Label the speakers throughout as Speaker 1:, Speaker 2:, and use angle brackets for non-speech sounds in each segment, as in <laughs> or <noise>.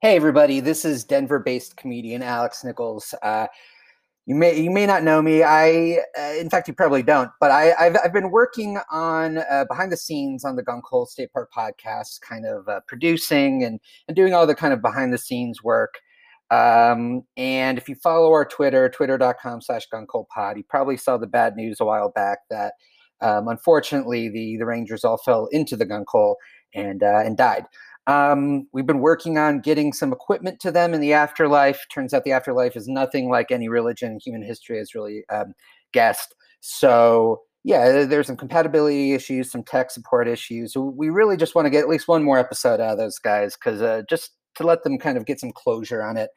Speaker 1: Hey, everybody. This is Denver-based comedian Alex Nichols. Uh, you may you may not know me. I, uh, in fact, you probably don't. But I, I've I've been working on uh, behind the scenes on the Gunkole State Park podcast, kind of uh, producing and and doing all the kind of behind the scenes work. Um, and if you follow our Twitter, twitter.com slash guncoldpod, you probably saw the bad news a while back that um, unfortunately the, the Rangers all fell into the gunkole and, uh, and died. Um, we've been working on getting some equipment to them in the afterlife. Turns out the afterlife is nothing like any religion human history has really um, guessed. So, yeah, there's some compatibility issues, some tech support issues. We really just want to get at least one more episode out of those guys because uh, just to let them kind of get some closure on it.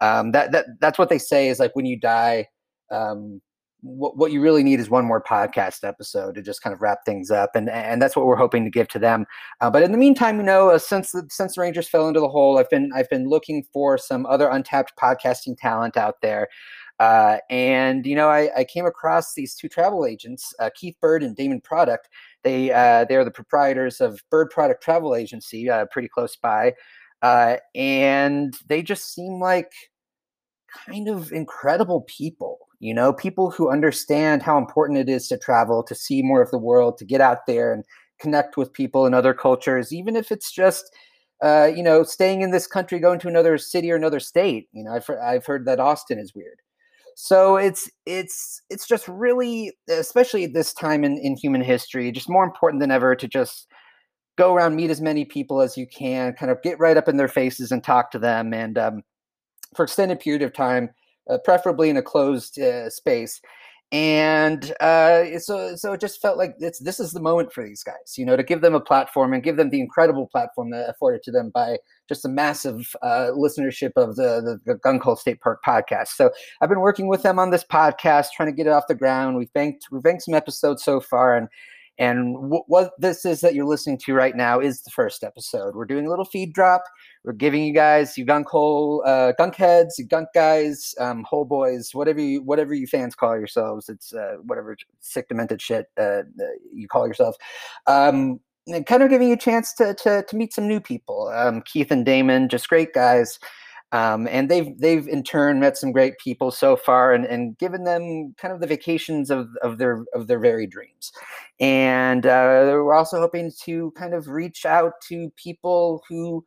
Speaker 1: Um, that that that's what they say is like when you die, um, what what you really need is one more podcast episode to just kind of wrap things up, and and that's what we're hoping to give to them. Uh, but in the meantime, you know, uh, since the, since the Rangers fell into the hole, I've been I've been looking for some other untapped podcasting talent out there. Uh, and you know, I, I came across these two travel agents, uh, Keith Bird and Damon Product. They uh, they are the proprietors of Bird Product Travel Agency, uh, pretty close by uh, and they just seem like kind of incredible people you know people who understand how important it is to travel to see more of the world to get out there and connect with people in other cultures even if it's just uh, you know staying in this country going to another city or another state you know i've, he- I've heard that austin is weird so it's it's it's just really especially at this time in, in human history just more important than ever to just go around meet as many people as you can kind of get right up in their faces and talk to them and um, for extended period of time uh, preferably in a closed uh, space and uh, so so it just felt like it's, this is the moment for these guys you know to give them a platform and give them the incredible platform that afforded to them by just the massive uh, listenership of the, the, the gunkle state park podcast so i've been working with them on this podcast trying to get it off the ground we've banked we've banked some episodes so far and and wh- what this is that you're listening to right now is the first episode. We're doing a little feed drop. We're giving you guys, you gunk hole, uh, gunk heads, you gunk guys, um, hole boys, whatever you, whatever you fans call yourselves. It's uh, whatever sick, demented shit uh, you call yourself. Um, and kind of giving you a chance to, to, to meet some new people. Um, Keith and Damon, just great guys. Um, and they've they've in turn met some great people so far, and, and given them kind of the vacations of, of their of their very dreams and uh, we're also hoping to kind of reach out to people who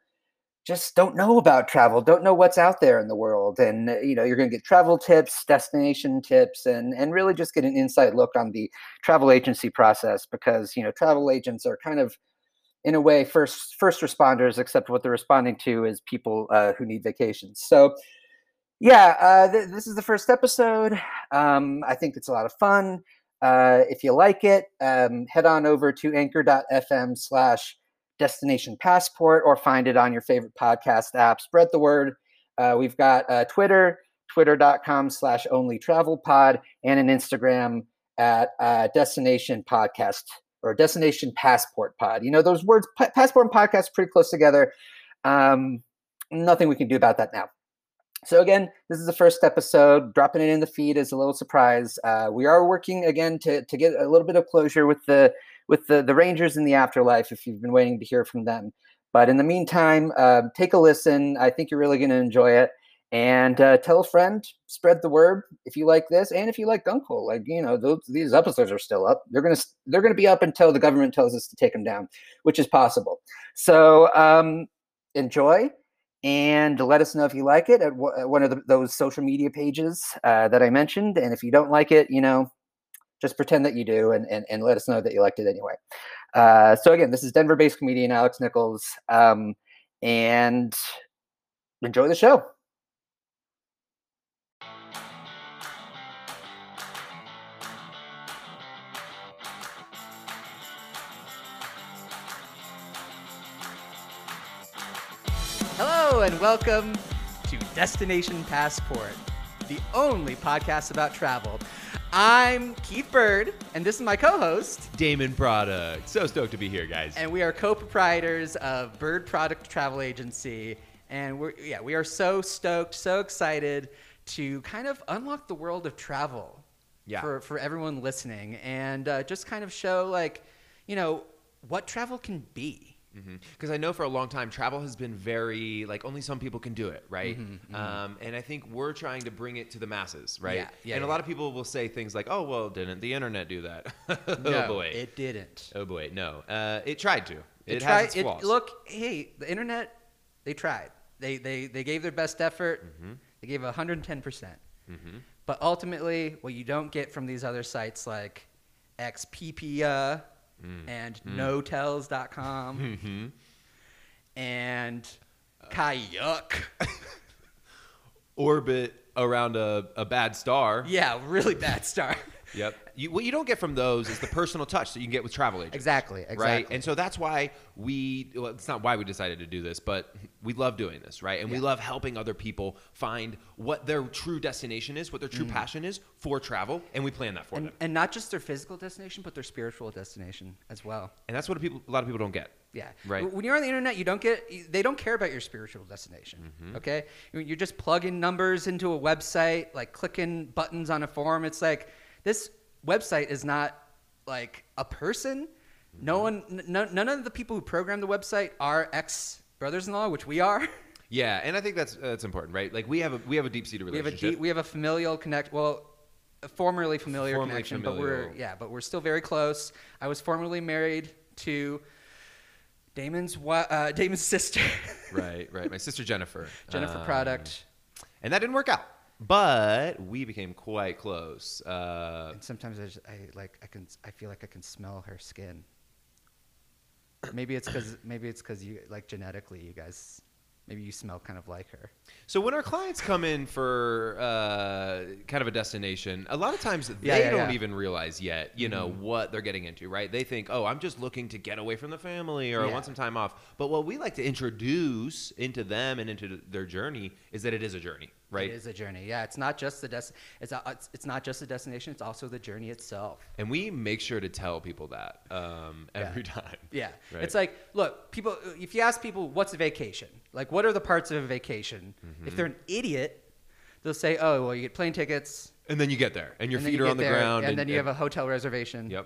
Speaker 1: just don't know about travel don't know what's out there in the world and uh, you know you're going to get travel tips destination tips and and really just get an inside look on the travel agency process because you know travel agents are kind of in a way first first responders except what they're responding to is people uh, who need vacations so yeah uh, th- this is the first episode um, i think it's a lot of fun uh, if you like it, um, head on over to anchor.fm slash destination passport or find it on your favorite podcast app. Spread the word. Uh, we've got uh, Twitter, twitter.com slash only travel pod, and an Instagram at uh, destination podcast or destination passport pod. You know, those words, pa- passport and podcast, are pretty close together. Um, nothing we can do about that now. So again, this is the first episode. Dropping it in the feed is a little surprise. Uh, we are working again to to get a little bit of closure with the with the the Rangers in the afterlife. If you've been waiting to hear from them, but in the meantime, um, take a listen. I think you're really going to enjoy it. And uh, tell a friend, spread the word if you like this, and if you like Gunkle, like you know, those, these episodes are still up. They're gonna s- they're gonna be up until the government tells us to take them down, which is possible. So um, enjoy and let us know if you like it at, w- at one of the, those social media pages uh, that I mentioned. And if you don't like it, you know, just pretend that you do and, and, and let us know that you liked it anyway. Uh, so, again, this is Denver based comedian Alex Nichols. Um, and enjoy the show. Hello, and welcome to Destination Passport, the only podcast about travel. I'm Keith Bird, and this is my co host.
Speaker 2: Damon Product. So stoked to be here, guys.
Speaker 1: and we are co-proprietors of Bird Product Travel Agency, and we're yeah we are so stoked, so excited to kind of unlock the world of travel
Speaker 2: Yeah.
Speaker 1: for for everyone listening, and uh, just kind of show like you know what travel can be.
Speaker 3: Because I know for a long time, travel has been very like only some people can do it, right? Um, and I think we're trying to bring it to the masses, right?
Speaker 4: Mm-hmm, Yeah, yeah,
Speaker 3: and a
Speaker 4: yeah.
Speaker 3: lot of people will say things like, "Oh, well, didn't the internet do that?" <laughs> oh
Speaker 4: No,
Speaker 3: boy,
Speaker 4: it didn't.
Speaker 3: oh boy, no, uh, it tried to. It,
Speaker 4: tried-
Speaker 3: has its
Speaker 4: it-
Speaker 3: flaws.
Speaker 4: look, hey, the internet, they tried. They they they gave their best effort. They gave 110 percent. But ultimately, what you don't get from these other sites like Xpedia and Notels.com and Kayak.
Speaker 3: orbit around a, a bad star.
Speaker 4: <laughs> yeah, really bad star.
Speaker 3: Yep. You, what you don't get from those is the personal touch that you can get with travel agents.
Speaker 4: exactly. Exactly.
Speaker 3: Right. And so that's why we, well, it's not why we decided to do this, but we love doing this, right? And we love helping other people find what their true destination is, what their true passion is for travel, and we plan that for
Speaker 4: Mm. and,
Speaker 3: them.
Speaker 4: and not just their physical destination, but their spiritual destination as well.
Speaker 3: And that's what people, a lot of people don't get.
Speaker 4: Yeah.
Speaker 3: Right.
Speaker 4: W- When you're on the internet, you don't get you- they don't care about your spiritual destination.
Speaker 3: Mm-hmm.
Speaker 4: Okay. You- You're just plugging numbers into a website, like clicking buttons on a form. It's like this website is not like a person.
Speaker 3: Mm-hmm.
Speaker 4: No one, n- no, none of the people who program the website are ex brothers-in-law, which we are. <laughs>
Speaker 3: Yeah, and I think that's that's important, right? Like we have a we have a deep seated
Speaker 4: we have a
Speaker 3: relationship.
Speaker 4: deep, we have a familial connect. Well. A formerly familiar
Speaker 3: Formerly
Speaker 4: connection, but we're
Speaker 3: familial.
Speaker 4: yeah, but we're still very close. I was formerly married to Damon's wi- uh, Damon's sister. <laughs>
Speaker 3: right, right. My sister Jennifer.
Speaker 4: Jennifer
Speaker 3: Um,
Speaker 4: Product,
Speaker 3: And that didn't work out. But we became quite close. Uh,
Speaker 4: and sometimes I, just, I like I can I feel like I can smell her skin. Maybe it's
Speaker 3: <coughs>
Speaker 4: because maybe it's because you like genetically you guys maybe you smell kind of like her.
Speaker 3: so when our clients come in for uh, kind of a destination, a lot of times they
Speaker 4: yeah,
Speaker 3: don't
Speaker 4: yeah. Mm-hmm.
Speaker 3: even realize yet, you know, what they're getting into, right? They think, oh, I'm just looking to get away from the family or I
Speaker 4: Yeah.
Speaker 3: want some time off. But what we like to introduce into them and into their journey is that it is a journey, right?
Speaker 4: It is a journey. Yeah, it's not just the des- it's, a, it's it's not just the destination. It's also the journey itself.
Speaker 3: And we make sure to tell people that um, every <laughs> time.
Speaker 4: Yeah.
Speaker 3: Right.
Speaker 4: It's like, look, people, if you ask people, what's a vacation? Like, what are the parts of a vacation?
Speaker 3: Mm-hmm.
Speaker 4: If they're an idiot, they'll say, oh, well, you get plane tickets.
Speaker 3: And then you get there, and your
Speaker 4: and then
Speaker 3: feet
Speaker 4: you
Speaker 3: are
Speaker 4: get
Speaker 3: on the
Speaker 4: there,
Speaker 3: ground,
Speaker 4: And, then you have a hotel reservation.
Speaker 3: Yep.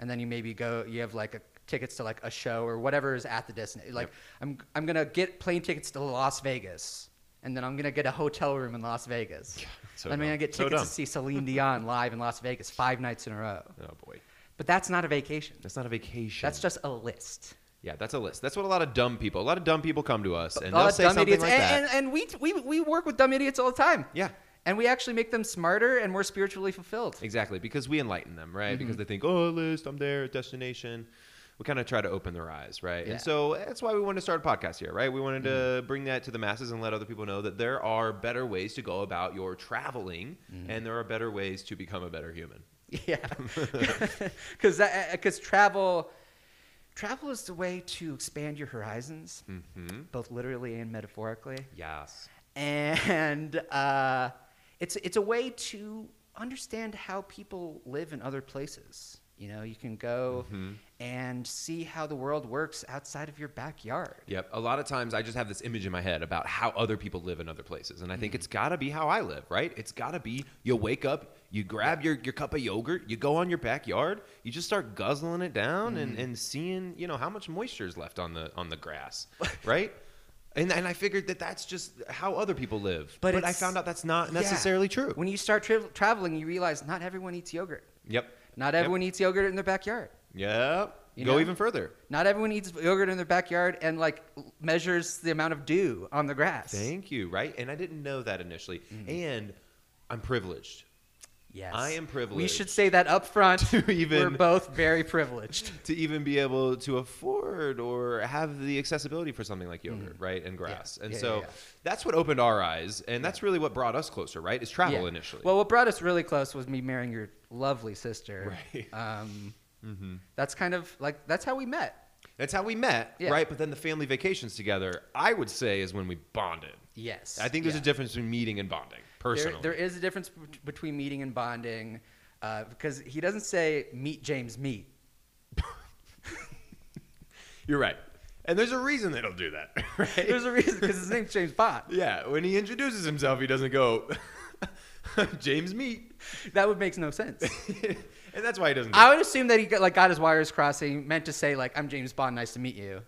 Speaker 4: And then you maybe go, you have like a, tickets to like a show or whatever is at the destination. Like, I'm, I'm going to get plane tickets to Las Vegas. And then I'm going to get a hotel room in Las Vegas.
Speaker 3: <laughs> so
Speaker 4: and I'm
Speaker 3: dumb.
Speaker 4: going to get
Speaker 3: So
Speaker 4: tickets
Speaker 3: dumb.
Speaker 4: to see Celine Dion
Speaker 3: <laughs>
Speaker 4: live in Las Vegas five nights in a row.
Speaker 3: oh boy,
Speaker 4: But that's not a vacation.
Speaker 3: that's not a vacation.
Speaker 4: That's just a list.
Speaker 3: Yeah, that's a list. That's what a lot of dumb people. A lot of dumb people come to us and
Speaker 4: all
Speaker 3: they'll
Speaker 4: that
Speaker 3: say
Speaker 4: dumb
Speaker 3: something
Speaker 4: idiots.
Speaker 3: like
Speaker 4: and,
Speaker 3: that.
Speaker 4: And, and we, we, we work with dumb idiots all the time.
Speaker 3: yeah,
Speaker 4: And we actually make them smarter and more spiritually fulfilled.
Speaker 3: exactly. Because we enlighten them, right? Because they think, oh, list, I'm there, destination. We kind of try to open their eyes, right?
Speaker 4: Yeah.
Speaker 3: And so that's why we wanted to start a podcast here, right? We wanted to bring that to the masses and let other people know that there are better ways to go about your traveling and there are better ways to become a better human.
Speaker 4: <laughs> Yeah. Because because eh, travel travel is the way to expand your horizons,
Speaker 3: Mm-hmm. Hmm?
Speaker 4: both literally and metaphorically.
Speaker 3: Yes.
Speaker 4: And uh, it's it's a way to understand how people live in other places. You know, you can go and see how the world works outside of your backyard.
Speaker 3: Yep. A lot of times I just have this image in my head about how other people live in other places. And I
Speaker 4: Mm-hmm.
Speaker 3: think it's got to be how I live, right? It's got to be you wake up, you grab your, your cup of yogurt, you go on your backyard, you just start guzzling it down
Speaker 4: Mm-hmm.
Speaker 3: and, and seeing, you know, how much moisture is left on the on
Speaker 4: <laughs>
Speaker 3: the grass, right? And, and I figured that that's just how other people live.
Speaker 4: But
Speaker 3: But, I
Speaker 4: it's-
Speaker 3: found out that's not
Speaker 4: Yeah.
Speaker 3: necessarily true.
Speaker 4: When you start tra- traveling, you realize not everyone eats yogurt.
Speaker 3: yep.
Speaker 4: Not everyone eats yogurt in their backyard.
Speaker 3: Yep.
Speaker 4: You
Speaker 3: Go
Speaker 4: know?
Speaker 3: even further.
Speaker 4: Not everyone eats yogurt in their backyard and like l- measures the amount of dew on the grass.
Speaker 3: Thank you, right? And I didn't know that initially.
Speaker 4: Mm-hmm.
Speaker 3: And I'm privileged.
Speaker 4: Yes.
Speaker 3: I am privileged.
Speaker 4: We should say that up front.
Speaker 3: <laughs> To even-
Speaker 4: We're both very privileged.
Speaker 3: to even be able to afford or have the accessibility for something like yogurt, right, and grass. And
Speaker 4: Mm-hmm. Yeah,
Speaker 3: so
Speaker 4: yeah, yeah.
Speaker 3: that's what opened our eyes, and that's really what brought us closer, right? Is <laughs> travel
Speaker 4: Yeah.
Speaker 3: initially.
Speaker 4: Well, what brought us really close was me marrying your lovely sister. <laughs>
Speaker 3: Right. Mm-hmm.
Speaker 4: Um, That's kind of like that's how we met.
Speaker 3: that's how we met,
Speaker 4: Yeah.
Speaker 3: right? But then the family vacations together, I would say, is when we bonded.
Speaker 4: Yes.
Speaker 3: I think there's
Speaker 4: Yeah.
Speaker 3: a difference between meeting and bonding,
Speaker 4: There,
Speaker 3: personally.
Speaker 4: there is a difference bet- between meeting and bonding, uh, because he doesn't say meet James meet.
Speaker 3: You're right. And there's a reason they don't do that, <laughs> right?
Speaker 4: <laughs> There's a reason because his name's James Bond.
Speaker 3: <laughs> yeah, when he introduces himself, he doesn't go, <laughs> James Meat.
Speaker 4: That would make no sense.
Speaker 3: <laughs> and that's why he doesn't do
Speaker 4: I would assume that he got, like got his wires crossed. and He meant to say like, "I'm James Bond. Nice to meet you."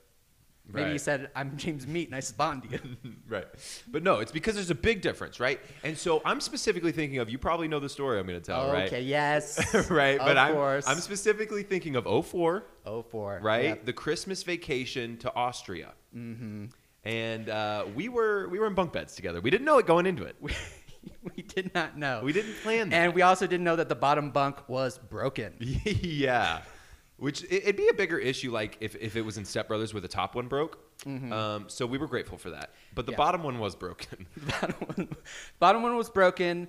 Speaker 4: Maybe you
Speaker 3: Right.
Speaker 4: said, I'm James Meat and I spawned
Speaker 3: <laughs>
Speaker 4: you.
Speaker 3: Right. But no, it's because there's a big difference, right? And so I'm specifically thinking of you probably know the story I'm going to tell, Oh, right?
Speaker 4: Okay, yes.
Speaker 3: <laughs> right,
Speaker 4: of
Speaker 3: but I'm
Speaker 4: course.
Speaker 3: I'm specifically thinking of 04,
Speaker 4: Oh, four.
Speaker 3: right?
Speaker 4: Yep.
Speaker 3: The Christmas vacation to Austria. Mm-hmm. And uh, we were we were in bunk beds together. We didn't know it going into it. <laughs> We,
Speaker 4: <laughs> we did not know.
Speaker 3: we didn't plan
Speaker 4: <laughs>
Speaker 3: that.
Speaker 4: And we also didn't know that the bottom bunk was broken.
Speaker 3: <laughs> yeah. Which it- it'd be a bigger issue, like if, if it was in Step Brothers where the top one broke. Um, so we were grateful for that, but
Speaker 4: Mm-hmm.
Speaker 3: the
Speaker 4: Yeah.
Speaker 3: bottom one was broken.
Speaker 4: bottom one, bottom one was broken.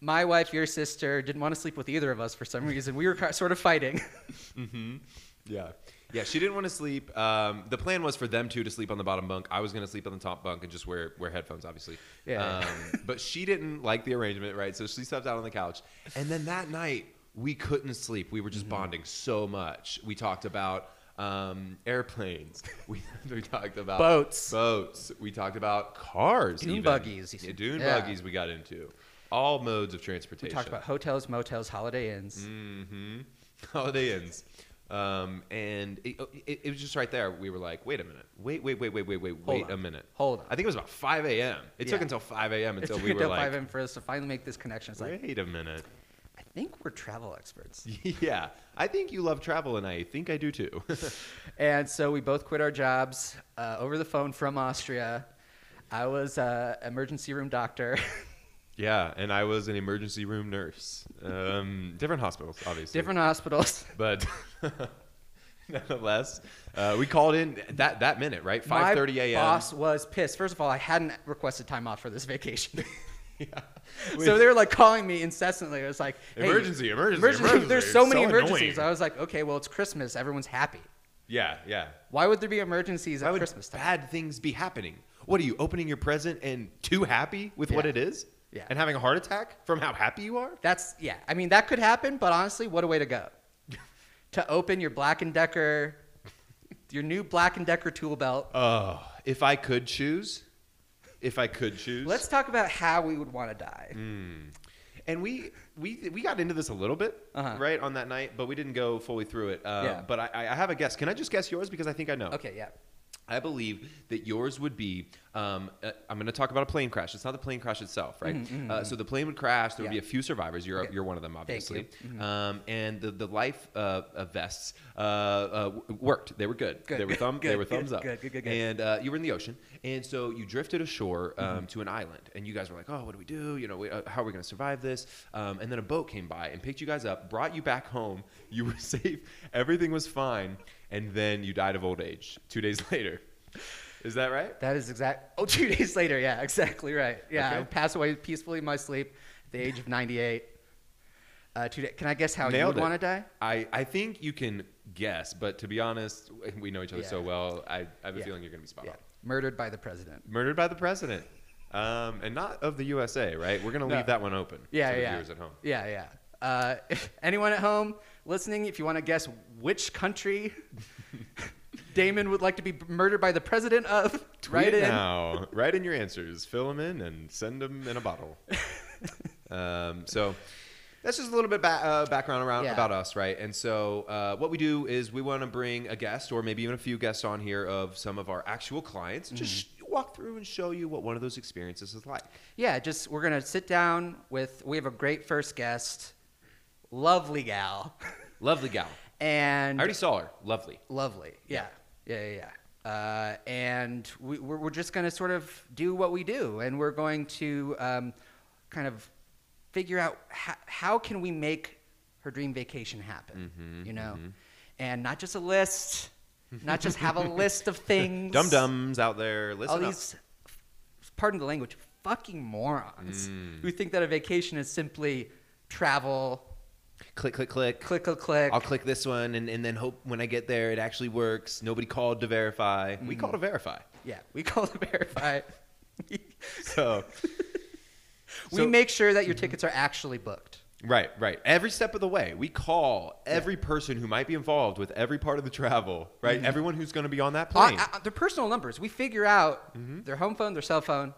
Speaker 4: My wife, your sister, didn't want to sleep with either of us for some reason. We were ki- sort of
Speaker 3: <laughs>
Speaker 4: fighting.
Speaker 3: yeah, yeah. She didn't want to sleep. Um, the plan was for them two to sleep on the bottom bunk. I was gonna sleep on the top bunk and just wear wear headphones, obviously.
Speaker 4: Yeah.
Speaker 3: Um, but she didn't like the arrangement, right? So she slept out on the couch. And then that night we couldn't sleep. We were just
Speaker 4: Mm-hmm.
Speaker 3: bonding so much. We talked about um, airplanes. <laughs> We, we talked about
Speaker 4: Boats.
Speaker 3: Boats. We talked about cars.
Speaker 4: Dune
Speaker 3: even.
Speaker 4: buggies.
Speaker 3: Yeah, dune
Speaker 4: Yeah.
Speaker 3: buggies. We got into all modes of transportation.
Speaker 4: We talked about hotels, motels, holiday inns.
Speaker 3: Mm-hmm. Holiday Inns. Um, and it, it, it was just right there. We were like, wait a minute. Wait, wait, wait, wait, wait, wait, wait
Speaker 4: on.
Speaker 3: a minute.
Speaker 4: Hold on.
Speaker 3: I think it was about 5 a.m. It took
Speaker 4: Yeah.
Speaker 3: until 5 a.m.
Speaker 4: It
Speaker 3: until
Speaker 4: took
Speaker 3: we were
Speaker 4: until 5
Speaker 3: like,
Speaker 4: a.m. for us to finally make this connection. It's like,
Speaker 3: wait a minute. <laughs>
Speaker 4: I think we're travel experts.
Speaker 3: yeah. I think you love travel, and I think I do too. <laughs>
Speaker 4: And so we both quit our jobs uh, over the phone from Austria. I was uh, emergency room doctor, <laughs>
Speaker 3: yeah. And I was an emergency room nurse. Um, different hospitals, obviously.
Speaker 4: different
Speaker 3: <laughs>
Speaker 4: hospitals.
Speaker 3: But. Nonetheless, uh, we called in that, that minute, right?
Speaker 4: My
Speaker 3: 5:30 a.m.
Speaker 4: boss was pissed. First of all, I hadn't requested time off for this vacation. <laughs>
Speaker 3: We-
Speaker 4: so they were like calling me incessantly. It was like hey,
Speaker 3: Emergency, emergency,
Speaker 4: <laughs>
Speaker 3: emergency.
Speaker 4: There's
Speaker 3: It's
Speaker 4: so many
Speaker 3: so
Speaker 4: emergencies.
Speaker 3: annoying.
Speaker 4: I was like, okay, well, it's Christmas. Everyone's happy.
Speaker 3: yeah, yeah.
Speaker 4: Why would there be emergencies
Speaker 3: Why
Speaker 4: at
Speaker 3: would
Speaker 4: Christmas time?
Speaker 3: bad things be happening? What are you opening your present and too happy with what
Speaker 4: Yeah.
Speaker 3: it is?
Speaker 4: Yeah.
Speaker 3: And having a heart attack from how happy you are?
Speaker 4: That's yeah. I mean, that could happen, but honestly, what a way to
Speaker 3: <laughs>
Speaker 4: go. to open your Black and Decker, your new Black and Decker tool belt.
Speaker 3: Oh, if I could choose, if I could choose.
Speaker 4: Let's talk about how we would want to die.
Speaker 3: Mm. and we we we got into this a little bit,
Speaker 4: Uh-huh.
Speaker 3: right, on that night, but we didn't go fully through it. Um,
Speaker 4: Yeah.
Speaker 3: But I, I I have a guess. Can I just guess yours because I think I know?
Speaker 4: Okay, yeah.
Speaker 3: I believe that yours would be. Um, uh, I'm going to talk about a plane crash. It's not the plane crash itself, right? uh, so the plane would crash. There would
Speaker 4: Mm-hmm, Yeah.
Speaker 3: be a few survivors. You're
Speaker 4: Okay.
Speaker 3: you're one of them,
Speaker 4: you. Mm-hmm.
Speaker 3: obviously. Um, and the the life uh, uh, vests uh, uh, w- worked. They were good.
Speaker 4: Good,
Speaker 3: They were
Speaker 4: good,
Speaker 3: thumb. they
Speaker 4: good,
Speaker 3: were
Speaker 4: good,
Speaker 3: thumbs up.
Speaker 4: good, good, good, good.
Speaker 3: And uh, you were in the ocean, and so you drifted ashore um,
Speaker 4: Mm-hmm.
Speaker 3: to an island. And you guys were like, "Oh, what do we do? You know, we, uh, how are we going to survive this?" Um, and then a boat came by and picked you guys up, brought you back home. <laughs> You were safe. Everything was fine. And then you died of old age two days <laughs> later. Is that right?
Speaker 4: That is exact. Oh, <laughs> two days later. Yeah, exactly right. Yeah, I
Speaker 3: Okay.
Speaker 4: would pass away peacefully in my sleep at the age of 98. Uh, two da- Can I guess how you would
Speaker 3: it.
Speaker 4: want to die?
Speaker 3: I, I think you can guess, but to be honest, we know each other so
Speaker 4: Yeah.
Speaker 3: well. I, I have a
Speaker 4: Yeah.
Speaker 3: feeling you're going to be spot
Speaker 4: Yeah.
Speaker 3: on.
Speaker 4: Murdered by the president.
Speaker 3: Murdered by the president. Um, and not of the USA, right? We're going to
Speaker 4: No.
Speaker 3: leave that one open
Speaker 4: Yeah,
Speaker 3: to the
Speaker 4: yeah.
Speaker 3: viewers at home.
Speaker 4: Yeah, yeah. Uh, <laughs> if anyone at home listening, if you want to guess which country <laughs> Damon would like to be murdered by the president of, <laughs>
Speaker 3: Tweet
Speaker 4: write
Speaker 3: it
Speaker 4: in.
Speaker 3: now. write in your answers. Fill them in and send them in
Speaker 4: <laughs>
Speaker 3: a bottle. um, so that's just a little bit ba- uh, background around
Speaker 4: Yeah.
Speaker 3: about us, right? And so uh, what we do is we want to bring a guest or maybe even a few guests on here of some of our actual clients.
Speaker 4: Mm-hmm.
Speaker 3: and Just sh- walk through and show you what one of those experiences is like.
Speaker 4: Yeah, just we're gonna sit down with. We have a great first guest, lovely gal, <laughs>
Speaker 3: Lovely gal. I
Speaker 4: and
Speaker 3: already saw her. Lovely.
Speaker 4: lovely. Yeah, yeah, yeah. yeah. Uh, and we, we're, we're just going to sort of do what we do, and we're going to um, kind of figure out how, how can we make her dream vacation happen,
Speaker 3: Mm-hmm,
Speaker 4: you know, and not just a list, not just
Speaker 3: <laughs>
Speaker 4: have a list of things.
Speaker 3: Dum dums out there. Listen
Speaker 4: All
Speaker 3: up.
Speaker 4: these, pardon the language, fucking morons
Speaker 3: Mm.
Speaker 4: who think that a vacation is simply travel,
Speaker 3: Click, click, click.
Speaker 4: click, click, click.
Speaker 3: I'll click this one and, and then hope when I get there it actually works. Nobody called to verify.
Speaker 4: Mm.
Speaker 3: We called to verify.
Speaker 4: Yeah, we call it <laughs> verify.
Speaker 3: So,
Speaker 4: we
Speaker 3: So- Mm-hmm.
Speaker 4: make sure that your tickets are actually booked.
Speaker 3: right, right. Every step of the way, we call every person who might be involved with every part of the travel, right?
Speaker 4: Mm-hmm.
Speaker 3: Everyone who's going to be on that plane.
Speaker 4: Uh, uh, their personal numbers. We figure out
Speaker 3: Mm-hmm.
Speaker 4: their home phone, their cell
Speaker 3: <laughs>
Speaker 4: phone.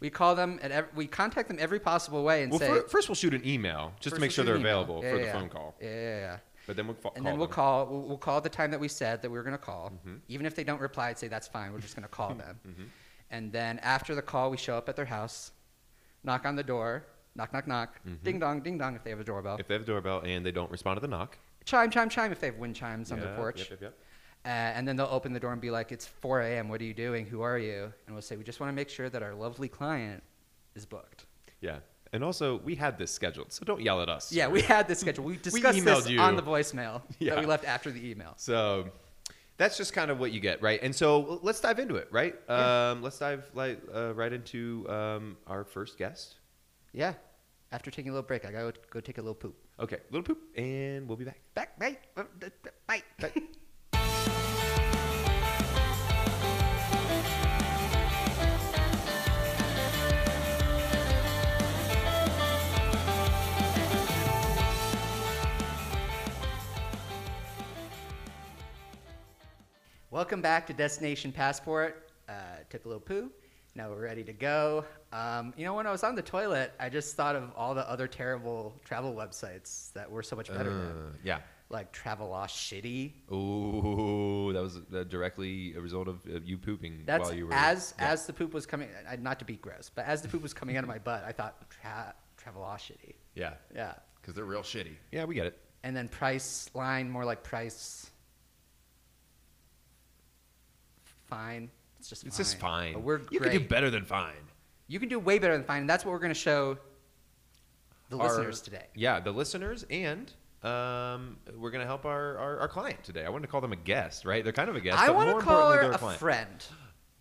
Speaker 4: we call them at ev- we contact them every possible way and
Speaker 3: well,
Speaker 4: say
Speaker 3: fir- first we'll shoot an email
Speaker 4: First
Speaker 3: just to make
Speaker 4: we'll
Speaker 3: sure
Speaker 4: shoot
Speaker 3: they're
Speaker 4: an email.
Speaker 3: available
Speaker 4: Yeah,
Speaker 3: for
Speaker 4: yeah,
Speaker 3: the
Speaker 4: yeah.
Speaker 3: phone call.
Speaker 4: Yeah, yeah, yeah.
Speaker 3: But then we'll fa-
Speaker 4: and then
Speaker 3: call
Speaker 4: we'll
Speaker 3: them. Mm-hmm.
Speaker 4: call we'll, we'll call the time that we said that we were going to call even if they don't reply i'd say that's fine we're just going to
Speaker 3: <laughs>
Speaker 4: call them and then after the call we show up at their house knock on the door knock knock knock ding dong ding dong if they have a doorbell
Speaker 3: Mm-hmm. If they have a doorbell and they don't respond to the knock,
Speaker 4: chime chime chime if they have wind chimes on their
Speaker 3: Yeah,
Speaker 4: porch
Speaker 3: Yep, yep, yep.
Speaker 4: Uh, and then they'll open the door and be like, "It's 4 a.m. What are you doing? Who are you?" And we'll say, "We just want to make sure that our lovely client is booked."
Speaker 3: Yeah. And also, we had this scheduled, so don't yell at us.
Speaker 4: Yeah, we had this schedule. We discussed this
Speaker 3: emailed you.
Speaker 4: on the voicemail that
Speaker 3: Yeah.
Speaker 4: we left after the email.
Speaker 3: So that's just kind of what you get, right? And so let's dive into it, right? Um, let's dive like uh, right into um, our first guest.
Speaker 4: Yeah. After taking a little break, I gotta go- go take a little poop.
Speaker 3: Okay, little poop, and we'll be back.
Speaker 4: Back, bye, uh, d- d- bye. Welcome back to Destination Passport. Uh, took a little poo. Now we're ready to go. Um, you know, when I was on the toilet, I just thought of all the other terrible travel websites that were so much <laughs> better
Speaker 3: Uh,
Speaker 4: than,
Speaker 3: yeah.
Speaker 4: like Travelosh Shitty.
Speaker 3: Ooh, that was uh, directly a result of uh, you pooping
Speaker 4: That's
Speaker 3: while you were
Speaker 4: as as the poop was coming. I- Not to be gross, but as the poop was coming out of my butt, I thought tra- Travelosh Shitty.
Speaker 3: yeah,
Speaker 4: Yeah,
Speaker 3: because they're real shitty. Yeah, we get it.
Speaker 4: and then Price Line more like Price. Fine. It's just
Speaker 3: It's just fine.
Speaker 4: But we're
Speaker 3: you
Speaker 4: great.
Speaker 3: can do better than fine.
Speaker 4: You can do way better than fine, and that's what we're going to show the
Speaker 3: our-
Speaker 4: listeners today.
Speaker 3: Yeah, the listeners, and um, we're gonna help our, our our client today. I wanted to call them a guest, right? They're kind of a guest.
Speaker 4: I
Speaker 3: but
Speaker 4: want
Speaker 3: more
Speaker 4: to call
Speaker 3: importantly,
Speaker 4: her
Speaker 3: they're
Speaker 4: a
Speaker 3: client. <laughs>
Speaker 4: friend.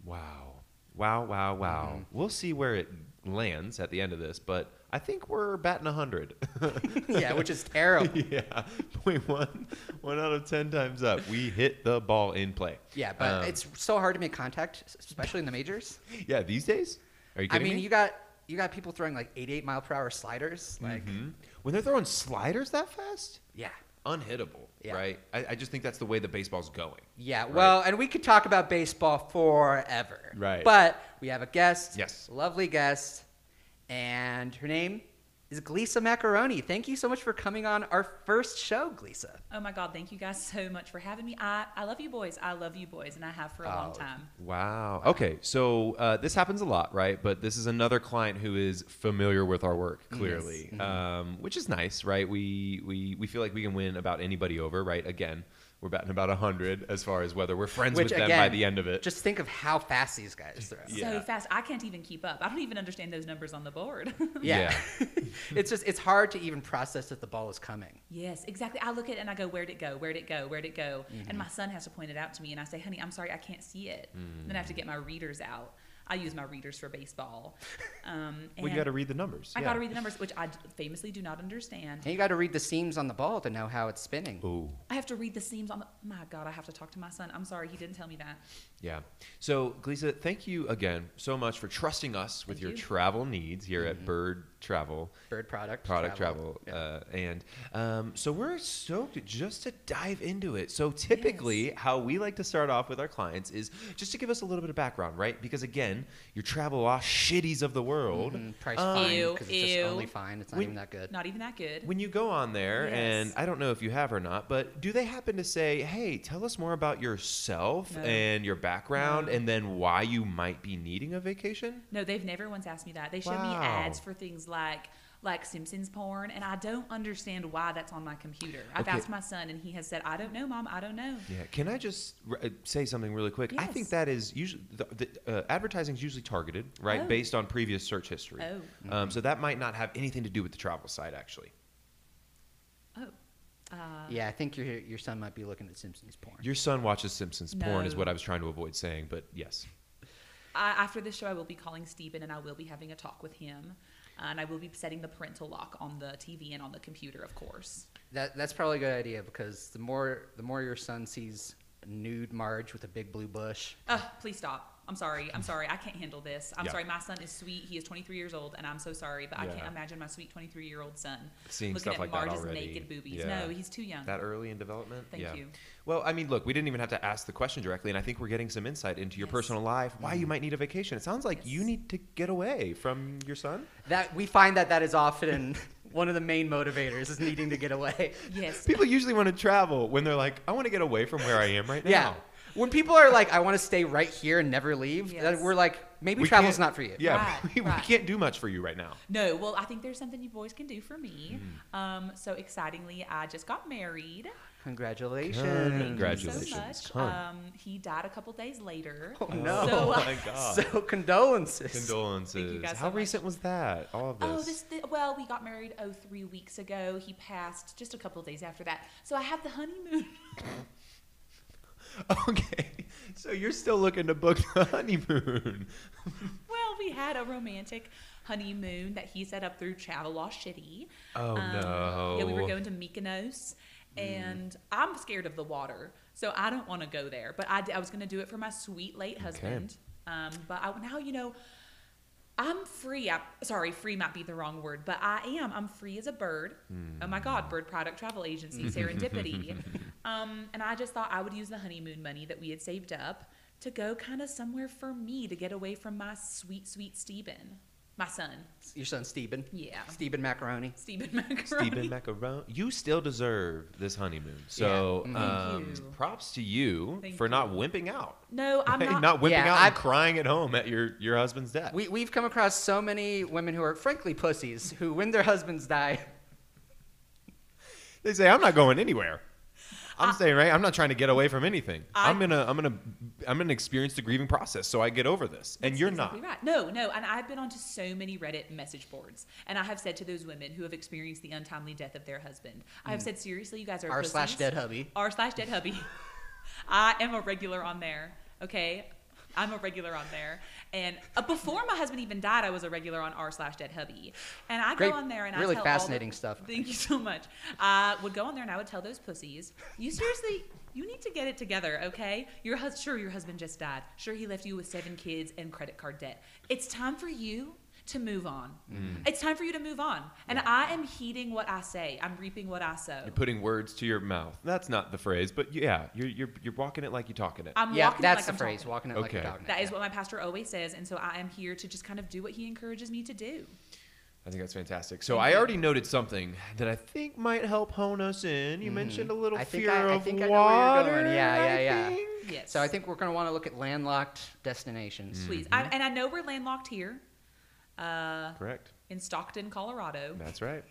Speaker 3: Wow, wow, wow, wow.
Speaker 4: Mm-hmm.
Speaker 3: We'll see where it lands at the end of this, but I think we're batting hundred.
Speaker 4: <laughs> yeah, which is terrible.
Speaker 3: <laughs> yeah, point one, one out of ten times up, we hit the ball in play.
Speaker 4: Yeah, but
Speaker 3: Um,
Speaker 4: it's so hard to make contact, s- especially in the majors.
Speaker 3: yeah. These days, are you
Speaker 4: I
Speaker 3: kidding
Speaker 4: mean,
Speaker 3: me?
Speaker 4: you got you got people throwing like 88 mile per hour sliders. Like,
Speaker 3: Mhm. when they're throwing sliders that fast,
Speaker 4: yeah,
Speaker 3: unhittable,
Speaker 4: Yeah.
Speaker 3: right? I, I just think that's the way the baseball's going.
Speaker 4: yeah.
Speaker 3: Right.
Speaker 4: Well, and we could talk about baseball forever.
Speaker 3: Right.
Speaker 4: But we have a guest.
Speaker 3: Yes.
Speaker 4: Lovely guest, and her name is Glisa Macaroni. Thank you so much for coming on our first show, Glisa.
Speaker 5: Oh my God, thank you guys so much for having me. I, I love you boys. I love you boys, and I have for a
Speaker 4: Oh.
Speaker 5: long time.
Speaker 3: Wow. Okay. So uh, this happens a lot, right? But this is another client who is familiar with our work, clearly, um, which is nice, right? We, we we feel like we can win about anybody over, right? Again, we're batting about hundred as far as whether we're friends with them by the end of it.
Speaker 4: Just think of how fast these guys throw.
Speaker 3: Yeah.
Speaker 5: So fast, I can't even keep up. I don't even understand those numbers on the board. <laughs>
Speaker 4: Yeah. <laughs> it's just it's hard to even process that the ball is coming.
Speaker 5: yes, exactly. I look at it and I go, Where'd it go? Where'd it go? Where'd it go? And my son has to point it out to me, and I say, Honey, I'm sorry, I can't see it. Then I have to get my readers out. I use my readers for baseball. Um,
Speaker 3: well, you
Speaker 5: and
Speaker 3: got to read the numbers.
Speaker 5: I got to read the numbers, which I d- famously do not understand.
Speaker 4: And you got to read the seams on the ball to know how it's spinning.
Speaker 3: Oh.
Speaker 5: I have to read the seams on the. My God, I have to talk to my son. I'm sorry, he didn't tell me that.
Speaker 3: Yeah. So, Glisa, thank you again so much for trusting us with
Speaker 5: Thank
Speaker 3: your
Speaker 5: you. Mm-hmm.
Speaker 3: travel needs here at Bird Travel.
Speaker 4: Bird product.
Speaker 3: Product travel, uh, and um, so we're stoked just to dive into it. So typically, how we like to start off with our clients is just to give us a little bit of background, right? Because again, your travel law shitties of the world.
Speaker 5: Mm-hmm.
Speaker 4: Mm, price
Speaker 3: Um,
Speaker 4: fine
Speaker 5: Ew,
Speaker 4: because it's just
Speaker 5: ew.
Speaker 4: only fine. It's not
Speaker 3: We-
Speaker 4: even that good.
Speaker 5: Not even that good.
Speaker 3: When you go on there, and
Speaker 5: Yes.
Speaker 3: I don't know if you have or not, but do they happen to say, "Hey, tell us more about yourself
Speaker 5: No.
Speaker 3: and your background, and then why you might be needing a vacation"?
Speaker 5: No, they've never once asked me that. They show me
Speaker 3: Wow.
Speaker 5: ads for things like like Simpsons porn, and I don't understand why that's on my computer. I've
Speaker 3: Okay.
Speaker 5: asked my son, and he has said, "I don't know, mom. I don't know."
Speaker 3: Yeah. Can I just r- uh, say something really quick? I think
Speaker 5: Yes.
Speaker 3: that is usually the, the uh, advertising is usually targeted, right,
Speaker 5: Oh.
Speaker 3: based on previous search history.
Speaker 5: Oh.
Speaker 3: Um, so that might not have anything to do with the travel site, actually.
Speaker 5: Oh, uh,
Speaker 4: yeah, I think your your son might be looking at Simpsons porn.
Speaker 3: Your son watches Simpsons porn, is
Speaker 5: No.
Speaker 3: what I was trying to avoid saying, but yes.
Speaker 5: I, after this show, I will be calling Stephen, and I will be having a talk with him, uh, and I will be setting the parental lock on the TV and on the computer, of course.
Speaker 4: That that's probably a good idea because the more the more your son sees nude Marge with a big blue bush,
Speaker 5: Ugh, please stop. I'm sorry. I'm sorry. I can't handle this. I'm
Speaker 3: Yeah.
Speaker 5: sorry. My son is sweet. He is 23 years old, and I'm so sorry, but I
Speaker 3: Yeah.
Speaker 5: can't imagine my sweet 23 year old son
Speaker 3: Seeing
Speaker 5: looking
Speaker 3: stuff
Speaker 5: at
Speaker 3: like that
Speaker 5: Marge's
Speaker 3: already.
Speaker 5: naked boobies.
Speaker 3: Yeah.
Speaker 5: No, he's too young.
Speaker 3: That early in development?
Speaker 5: Thank
Speaker 3: yeah.
Speaker 5: you.
Speaker 3: Well, I mean, look, we didn't even have to ask the question directly, and I think we're getting some insight into your
Speaker 5: Yes.
Speaker 3: personal life, why you might need a vacation. It sounds like you
Speaker 5: Yes.
Speaker 3: need to get away from your son.
Speaker 4: that we find that that is often <laughs> one of the main motivators is needing to get
Speaker 3: <laughs>
Speaker 4: away.
Speaker 5: Yes.
Speaker 3: People usually want to travel when they're like, I want to get away from where I am right now.
Speaker 4: Yeah. When people are like, I want to stay right here and never leave,
Speaker 5: Yes.
Speaker 4: then we're like, maybe
Speaker 3: We
Speaker 4: travel's
Speaker 3: can't-
Speaker 4: not for you.
Speaker 3: Yeah,
Speaker 5: Right,
Speaker 3: <laughs> we, we
Speaker 5: right.
Speaker 3: can't do much for you right now.
Speaker 5: No, well, I think there's something you boys can do for me.
Speaker 3: Mm.
Speaker 5: Um, so excitingly, I just got married.
Speaker 4: Congratulations.
Speaker 3: Mm-hmm. Congratulations.
Speaker 5: So much.
Speaker 3: Huh.
Speaker 5: Um, he died a couple days later.
Speaker 4: Oh, no.
Speaker 5: So, uh,
Speaker 3: my
Speaker 4: <laughs>
Speaker 3: God.
Speaker 4: So condolences.
Speaker 3: Condolences.
Speaker 5: <laughs> Thank you guys so
Speaker 3: How
Speaker 5: much.
Speaker 3: recent was that? All of this.
Speaker 5: Oh, this thi- well, we got married oh three weeks ago. He passed just a couple of days after that. So I have the honeymoon.
Speaker 3: <laughs>
Speaker 5: <laughs>
Speaker 3: Okay. So you're still looking to book the <laughs> honeymoon.
Speaker 5: well, we had a romantic honeymoon that he set up through Travelogue Shitty.
Speaker 3: Oh,
Speaker 5: Um, Yeah, we
Speaker 3: no.
Speaker 5: were going to Mykonos, and I'm scared of the water, so I don't want to go there. But I, d- I was going to do it for my sweet late husband. Um, but I, now you know. I'm free. I, sorry, free might be the wrong word, but I am. I'm free as a bird. Oh my
Speaker 3: Hmm.
Speaker 5: God, Bird Product Travel Agency, serendipity.
Speaker 3: <laughs>
Speaker 5: um, and I just thought I would use the honeymoon money that we had saved up to go kind of somewhere for me to get away from my sweet, sweet Stephen, my son,
Speaker 4: Your son, Steben.
Speaker 5: Yeah.
Speaker 4: Steben Macaroni.
Speaker 5: Stephen <laughs> Macaroni.
Speaker 3: Stephen Macaron, you still deserve this honeymoon. So
Speaker 4: Mm-hmm.
Speaker 5: Thank
Speaker 3: um,
Speaker 5: you.
Speaker 3: props to you
Speaker 5: Thank
Speaker 3: for
Speaker 5: you.
Speaker 3: not wimping out.
Speaker 5: No, I'm
Speaker 3: Hey,
Speaker 5: not.
Speaker 3: wimping
Speaker 4: Yeah,
Speaker 3: out and
Speaker 4: I-
Speaker 3: crying at home at your, your husband's death.
Speaker 4: We, we've come across so many women who are frankly pussies who, when their husbands die,
Speaker 3: they say, I'm not going anywhere. I'm saying, right? I'm not trying to get away from anything. I,
Speaker 5: I-
Speaker 3: am gonna, I'm gonna, I'm gonna experience the grieving process, so I get over this. And you're not.
Speaker 5: Exactly right. No, no. And I've been onto so many Reddit message boards, and I have said to those women who have experienced the untimely death of their husband, I have said, seriously, you guys are
Speaker 4: Hmm. r
Speaker 5: pussies.
Speaker 4: slash dead hubby.
Speaker 5: R slash dead hubby. <laughs> I am a regular on there. Okay. I'm a regular on there. And uh, before my husband even died, I was a regular on r slash dead hubby. And I
Speaker 4: Great-
Speaker 5: go on there and
Speaker 4: really
Speaker 5: I tell
Speaker 4: fascinating
Speaker 5: all the,
Speaker 4: stuff.
Speaker 5: Thank you so much. I would go on there and I would tell those pussies, you seriously, you need to get it together, okay? Your hus- sure, your husband just died. Sure, he left you with seven kids and credit card debt. It's time for you to move on.
Speaker 4: Mm.
Speaker 5: It's time for you to move on. And I am heeding what I say. I'm reaping what I sow.
Speaker 3: You're putting words to your mouth. That's not the phrase, but yeah, you're you're you're walking it like you're talking it.
Speaker 5: I'm
Speaker 4: yeah,
Speaker 5: walking it
Speaker 4: that's
Speaker 5: like
Speaker 4: the
Speaker 5: I'm
Speaker 4: phrase,
Speaker 5: talking.
Speaker 4: walking it like a
Speaker 3: Okay.
Speaker 4: dog.
Speaker 5: That is what my pastor always says, and so I am here to just kind of do what he encourages me to do.
Speaker 3: I think that's fantastic. So I already noted something that I think might help hone us in. You mentioned a little
Speaker 4: I think
Speaker 3: fear
Speaker 4: I- I
Speaker 3: of
Speaker 4: think I know where
Speaker 3: water.
Speaker 4: you're going. Yeah, yeah,
Speaker 3: I
Speaker 4: yeah.
Speaker 3: think.
Speaker 5: Yes.
Speaker 4: So I think Mm-hmm. we're going to want to look at landlocked destinations.
Speaker 3: Mm.
Speaker 5: please, I, and I know we're landlocked here uh,
Speaker 3: Correct.
Speaker 5: in Stockton, Colorado,
Speaker 3: That's <laughs> right.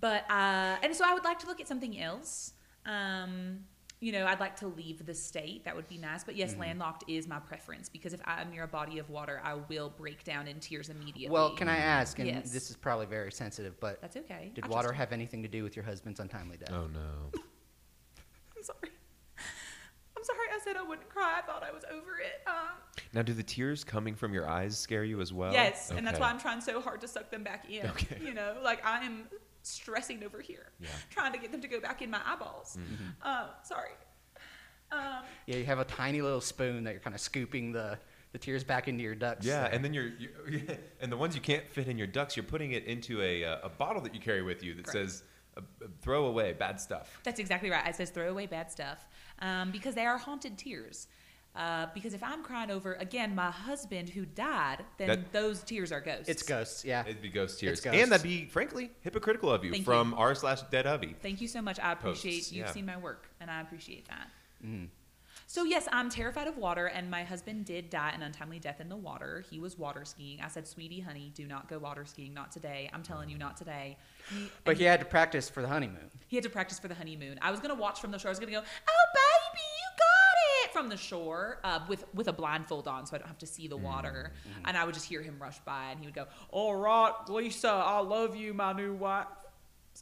Speaker 5: but uh, and so I would like to look at something else. Um, you know, I'd like to leave the state. That would be nice. But
Speaker 4: Mm-hmm.
Speaker 5: yes, landlocked is my preference because if I'm near a body of water, I will break down in tears immediately.
Speaker 4: Well, can I ask, and
Speaker 5: Yes.
Speaker 4: this is probably very sensitive, but
Speaker 5: That's okay.
Speaker 4: did
Speaker 5: I trust
Speaker 4: water
Speaker 5: you.
Speaker 4: have anything to do with your husband's untimely death?
Speaker 3: Oh no.
Speaker 5: I'm sorry. <laughs> I'm sorry. I said I wouldn't cry. I thought I was over it. Um,
Speaker 3: Now, do the tears coming from your eyes scare you as
Speaker 4: Oh,
Speaker 3: well?
Speaker 5: Yes, and that's why
Speaker 3: Okay.
Speaker 5: I'm trying so hard to suck them back in.
Speaker 3: Okay.
Speaker 5: You know, like I am stressing over here,
Speaker 3: Yeah.
Speaker 5: trying to get them to go back in my eyeballs.
Speaker 4: Mm-hmm.
Speaker 5: Uh, sorry. Um,
Speaker 4: Yeah, you have a tiny little spoon that you're kind of scooping the, the tears back into your ducts.
Speaker 3: Yeah,
Speaker 4: there.
Speaker 3: and then you're, you <laughs> and the ones you can't fit in your ducks, you're putting it into a uh, a bottle that you carry with you that
Speaker 5: Correct.
Speaker 3: says uh, uh, "throw away bad stuff."
Speaker 5: that's exactly right. It says throw away bad stuff um, because they are haunted tears. Uh, because if I'm crying over again my husband who died, then
Speaker 3: That-
Speaker 5: those tears are ghosts.
Speaker 4: it's ghosts. Yeah.
Speaker 3: It'd be ghost tears,
Speaker 4: ghosts.
Speaker 3: and that'd be frankly hypocritical of you
Speaker 5: Thank you.
Speaker 3: from r slash dead hubby.
Speaker 5: Thank you so much. I appreciate
Speaker 3: Posts,
Speaker 5: you've
Speaker 3: yeah.
Speaker 5: seen my work, and I appreciate that. So yes, I'm terrified of water, and my husband did die an untimely death in the water. He was water skiing. I said, "Sweetie, honey, do not go water skiing. Not today. I'm telling you, not today." He,
Speaker 4: but he had to practice for the honeymoon.
Speaker 5: he had to practice for the honeymoon. I was gonna watch from the shore. I was gonna go, "Oh baby, you got it!" from the shore uh, with with a blindfold on, so I don't have to see the water. And I would just hear him rush by, and he would go, "All right, Lisa, I love you, my new wife.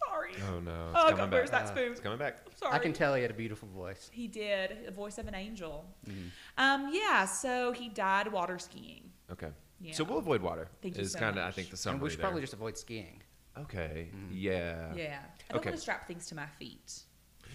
Speaker 5: Sorry.
Speaker 3: Oh no! It's Ah.
Speaker 5: Oh,
Speaker 3: coming
Speaker 5: God,
Speaker 3: back.
Speaker 5: where's that spoon?
Speaker 3: It's coming back.
Speaker 5: I'm sorry."
Speaker 4: I can tell he had a beautiful voice.
Speaker 5: He did, the voice of an angel. Um, yeah, so he died water skiing.
Speaker 3: Okay.
Speaker 5: Yeah.
Speaker 3: So we'll avoid water.
Speaker 5: Thank you
Speaker 3: is
Speaker 5: so
Speaker 3: kind of I
Speaker 5: much.
Speaker 3: think the summary
Speaker 4: And we should
Speaker 3: there.
Speaker 4: probably Mm. just avoid
Speaker 3: <laughs>
Speaker 4: skiing.
Speaker 3: okay. Yeah.
Speaker 5: Yeah. I don't
Speaker 3: Oh. Okay.
Speaker 5: want to strap things to my feet.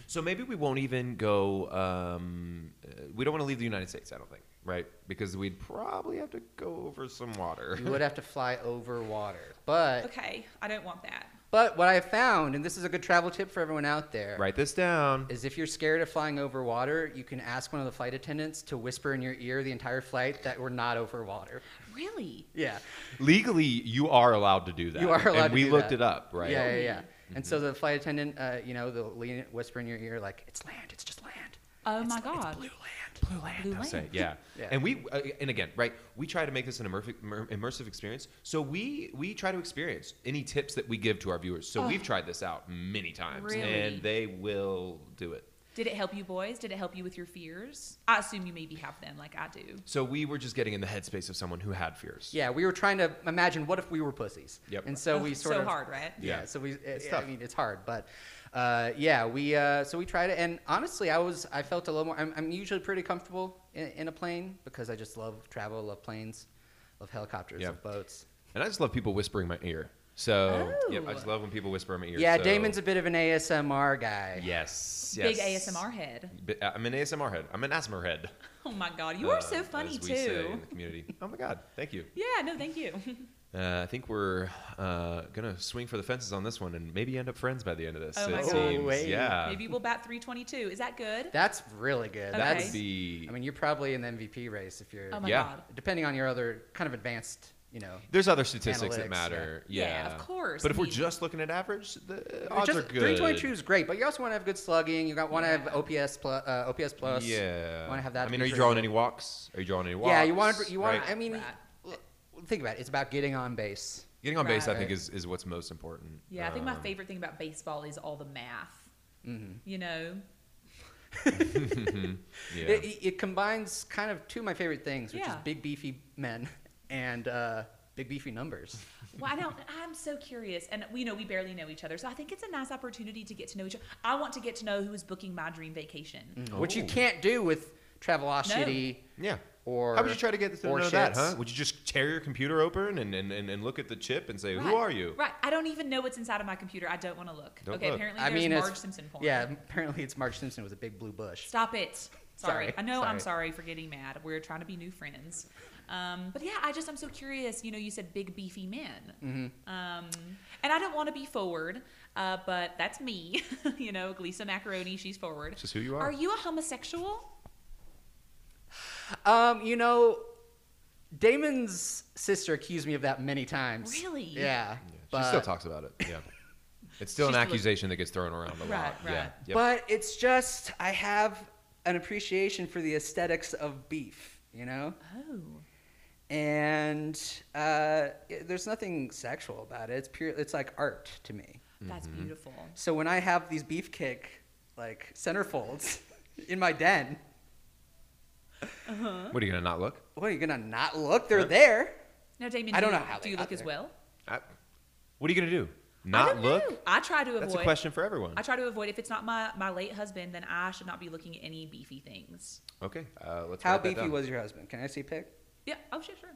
Speaker 3: So maybe we won't even go. Um, uh, we don't want to leave the United States. I don't think, right? Because we'd probably have to go over some water.
Speaker 4: You would have to fly over water. But
Speaker 5: Okay, I don't want that.
Speaker 4: but what I found, and this is a good travel tip for everyone out there,
Speaker 3: Write this down.
Speaker 4: is if you're scared of flying over water, you can ask one of the flight attendants to whisper in your ear the entire flight that we're not over water.
Speaker 5: really?
Speaker 4: Yeah.
Speaker 3: Legally, you are allowed to do that.
Speaker 4: You are allowed
Speaker 3: And
Speaker 4: to
Speaker 3: we
Speaker 4: do
Speaker 3: looked
Speaker 4: that.
Speaker 3: it up, right? Mm-hmm.
Speaker 4: Yeah, yeah, yeah. And so the flight attendant, uh, you know, they'll lean whisper in your ear like, "It's land. It's just land."
Speaker 5: Oh
Speaker 4: It's-
Speaker 5: my
Speaker 4: it's
Speaker 5: God.
Speaker 4: blue land. Blue land.
Speaker 5: Blue
Speaker 3: That's
Speaker 5: land.
Speaker 3: it, yeah.
Speaker 4: Yeah.
Speaker 3: And we, uh, and again, right? We try to make this an immersive, immer- immersive experience. So we we try to experience any tips that we give to our viewers. So we've tried this out many times,
Speaker 5: Really?
Speaker 3: and they will do it.
Speaker 5: Did it help you boys? Did it help you with your fears? I assume you maybe have them like I do.
Speaker 3: So we were just getting in the headspace of someone who had fears.
Speaker 4: Yeah, we were trying to imagine what if we were pussies.
Speaker 3: Yep.
Speaker 4: And so
Speaker 5: Ugh,
Speaker 4: we
Speaker 5: it's
Speaker 4: sort
Speaker 5: so
Speaker 4: of
Speaker 5: hard, right?
Speaker 4: Yeah.
Speaker 3: Yeah.
Speaker 4: So we. It's I
Speaker 3: tough.
Speaker 4: mean, it's hard, but uh, yeah, we. Uh, so we tried it, and honestly, I was. I felt a little more. I'm, I'm usually pretty comfortable in, in a plane because I just love travel, love planes, love helicopters,
Speaker 3: Yeah.
Speaker 4: love boats.
Speaker 3: And I just love people whispering in my ear. So yep,
Speaker 5: Oh.
Speaker 3: I just love when people whisper in my ear.
Speaker 4: yeah,
Speaker 3: so-
Speaker 4: Damon's a bit of an ASMR guy.
Speaker 3: yes, yes.
Speaker 5: Big ASMR head.
Speaker 3: Bi- I'm an ASMR head. I'm an asthma head.
Speaker 5: Oh my God, you are
Speaker 3: uh,
Speaker 5: so funny
Speaker 3: as we say
Speaker 5: too.
Speaker 3: in the community. Oh my God, thank you.
Speaker 5: Yeah, no, thank you.
Speaker 3: Uh, I think we're uh, gonna swing for the fences on this one and maybe end up friends by the end of this.
Speaker 5: Oh my
Speaker 3: it
Speaker 5: God.
Speaker 3: seems.
Speaker 4: Oh, wait.
Speaker 3: Yeah.
Speaker 5: <laughs> maybe we'll bat 322. Is that good?
Speaker 4: That's really good.
Speaker 5: That
Speaker 3: that
Speaker 4: That's.
Speaker 5: Okay.
Speaker 3: would be.
Speaker 4: I mean, you're probably in the MVP race if you're.
Speaker 5: oh my
Speaker 3: yeah.
Speaker 5: God.
Speaker 4: depending on your other kind of advanced, you know.
Speaker 3: there's other statistics
Speaker 4: Analytics,
Speaker 3: that matter.
Speaker 5: yeah. Yeah,
Speaker 3: Yeah.
Speaker 5: of course.
Speaker 3: But
Speaker 5: I
Speaker 3: if we're
Speaker 5: mean-
Speaker 3: just looking at average, the odds
Speaker 4: Just-
Speaker 3: are good.
Speaker 4: 322 is great, but you also want to have good slugging. You got want to have OPS plus. Uh, OPS plus.
Speaker 3: Yeah.
Speaker 4: Want to have that.
Speaker 3: I mean,
Speaker 4: be
Speaker 3: are you
Speaker 4: pretty
Speaker 3: drawing
Speaker 4: good.
Speaker 3: any walks? Are you drawing any walks?
Speaker 4: Yeah, you want to. You want.
Speaker 3: Right.
Speaker 4: I mean,
Speaker 5: Right.
Speaker 4: l- think about it. It's about getting on base.
Speaker 3: Getting on base, I
Speaker 5: Right.
Speaker 3: think, is, is what's most important.
Speaker 5: Yeah, I think my
Speaker 3: Um, Mm-hmm.
Speaker 5: favorite thing about baseball is all the math. You know,
Speaker 3: Yeah.
Speaker 4: It, it- it combines kind of two of my favorite things, which is
Speaker 5: Yeah.
Speaker 4: big beefy men <laughs> and uh, big beefy
Speaker 3: <laughs>
Speaker 4: numbers.
Speaker 5: well, I don't. I'm so curious, and we know we barely know each other, so I think it's a nice opportunity to get to know each other. I want to get to know who is booking my dream vacation.
Speaker 4: Which you
Speaker 3: Ooh.
Speaker 4: can't do with Travelocity.
Speaker 3: Yeah.
Speaker 4: Or
Speaker 3: how would you try to get to
Speaker 4: or
Speaker 3: know that,
Speaker 4: shits.
Speaker 3: huh? Would you just tear your computer open and, and, and, and look at the chip and say, "Who
Speaker 5: Right,
Speaker 3: are you?"
Speaker 5: Right. I don't even know what's inside of my computer. I don't want to look.
Speaker 3: Don't
Speaker 5: okay.
Speaker 3: look.
Speaker 5: Apparently,
Speaker 4: I
Speaker 5: there's
Speaker 4: mean, it's-
Speaker 5: Marge Simpson porn.
Speaker 4: Yeah, apparently it's Marge Simpson with a big blue bush.
Speaker 5: Stop it. Sorry.
Speaker 4: Sorry,
Speaker 5: I know I'm
Speaker 4: sorry.
Speaker 5: sorry for getting mad. We're trying to be new friends. Um, but yeah, I just I'm so curious. You know, you said big beefy men,
Speaker 4: Mm-hmm.
Speaker 5: um, and I don't want to be forward, uh, but that's me. <laughs> you know, Gleesa Macaroni, she's forward.
Speaker 3: It's just who you
Speaker 5: Are
Speaker 3: are.
Speaker 5: you a homosexual?
Speaker 4: Um, you know, Damon's sister accused me of that many times.
Speaker 5: Really?
Speaker 4: Yeah.
Speaker 3: she
Speaker 4: but,
Speaker 3: still talks about it.
Speaker 5: <laughs>
Speaker 3: Yeah. It's still
Speaker 5: She's
Speaker 3: an
Speaker 5: still a-
Speaker 3: accusation that gets thrown around a
Speaker 5: Right,
Speaker 3: lot. Yeah.
Speaker 5: right.
Speaker 3: Yep.
Speaker 4: But it's just I have an appreciation for the aesthetics of beef, you know,
Speaker 5: Oh,
Speaker 4: and uh, it- there's nothing sexual about it. It's pure. It's like art to me.
Speaker 5: that's
Speaker 3: Mm-hmm.
Speaker 5: beautiful.
Speaker 4: So when I have these beefcake like centerfolds <laughs> in my den,
Speaker 3: what are you gonna not look?
Speaker 4: what are you gonna not look? They're there.
Speaker 5: Now, Damon,
Speaker 4: I
Speaker 5: do
Speaker 4: don't
Speaker 5: you-
Speaker 4: know how
Speaker 5: do
Speaker 4: they
Speaker 5: you
Speaker 4: got
Speaker 5: look as
Speaker 4: there.
Speaker 5: well?
Speaker 3: I, what are you gonna do?
Speaker 5: I
Speaker 3: Not
Speaker 5: don't
Speaker 3: look?
Speaker 5: know. I try to avoid.
Speaker 3: That's a question for everyone.
Speaker 5: I try to avoid if it's not my my late husband, then I should not be looking at any beefy things.
Speaker 3: okay. Uh, let's.
Speaker 4: How
Speaker 3: write that
Speaker 4: beefy
Speaker 3: down.
Speaker 4: was your husband? Can I see a pic?
Speaker 5: Yeah. Oh, sure, sure.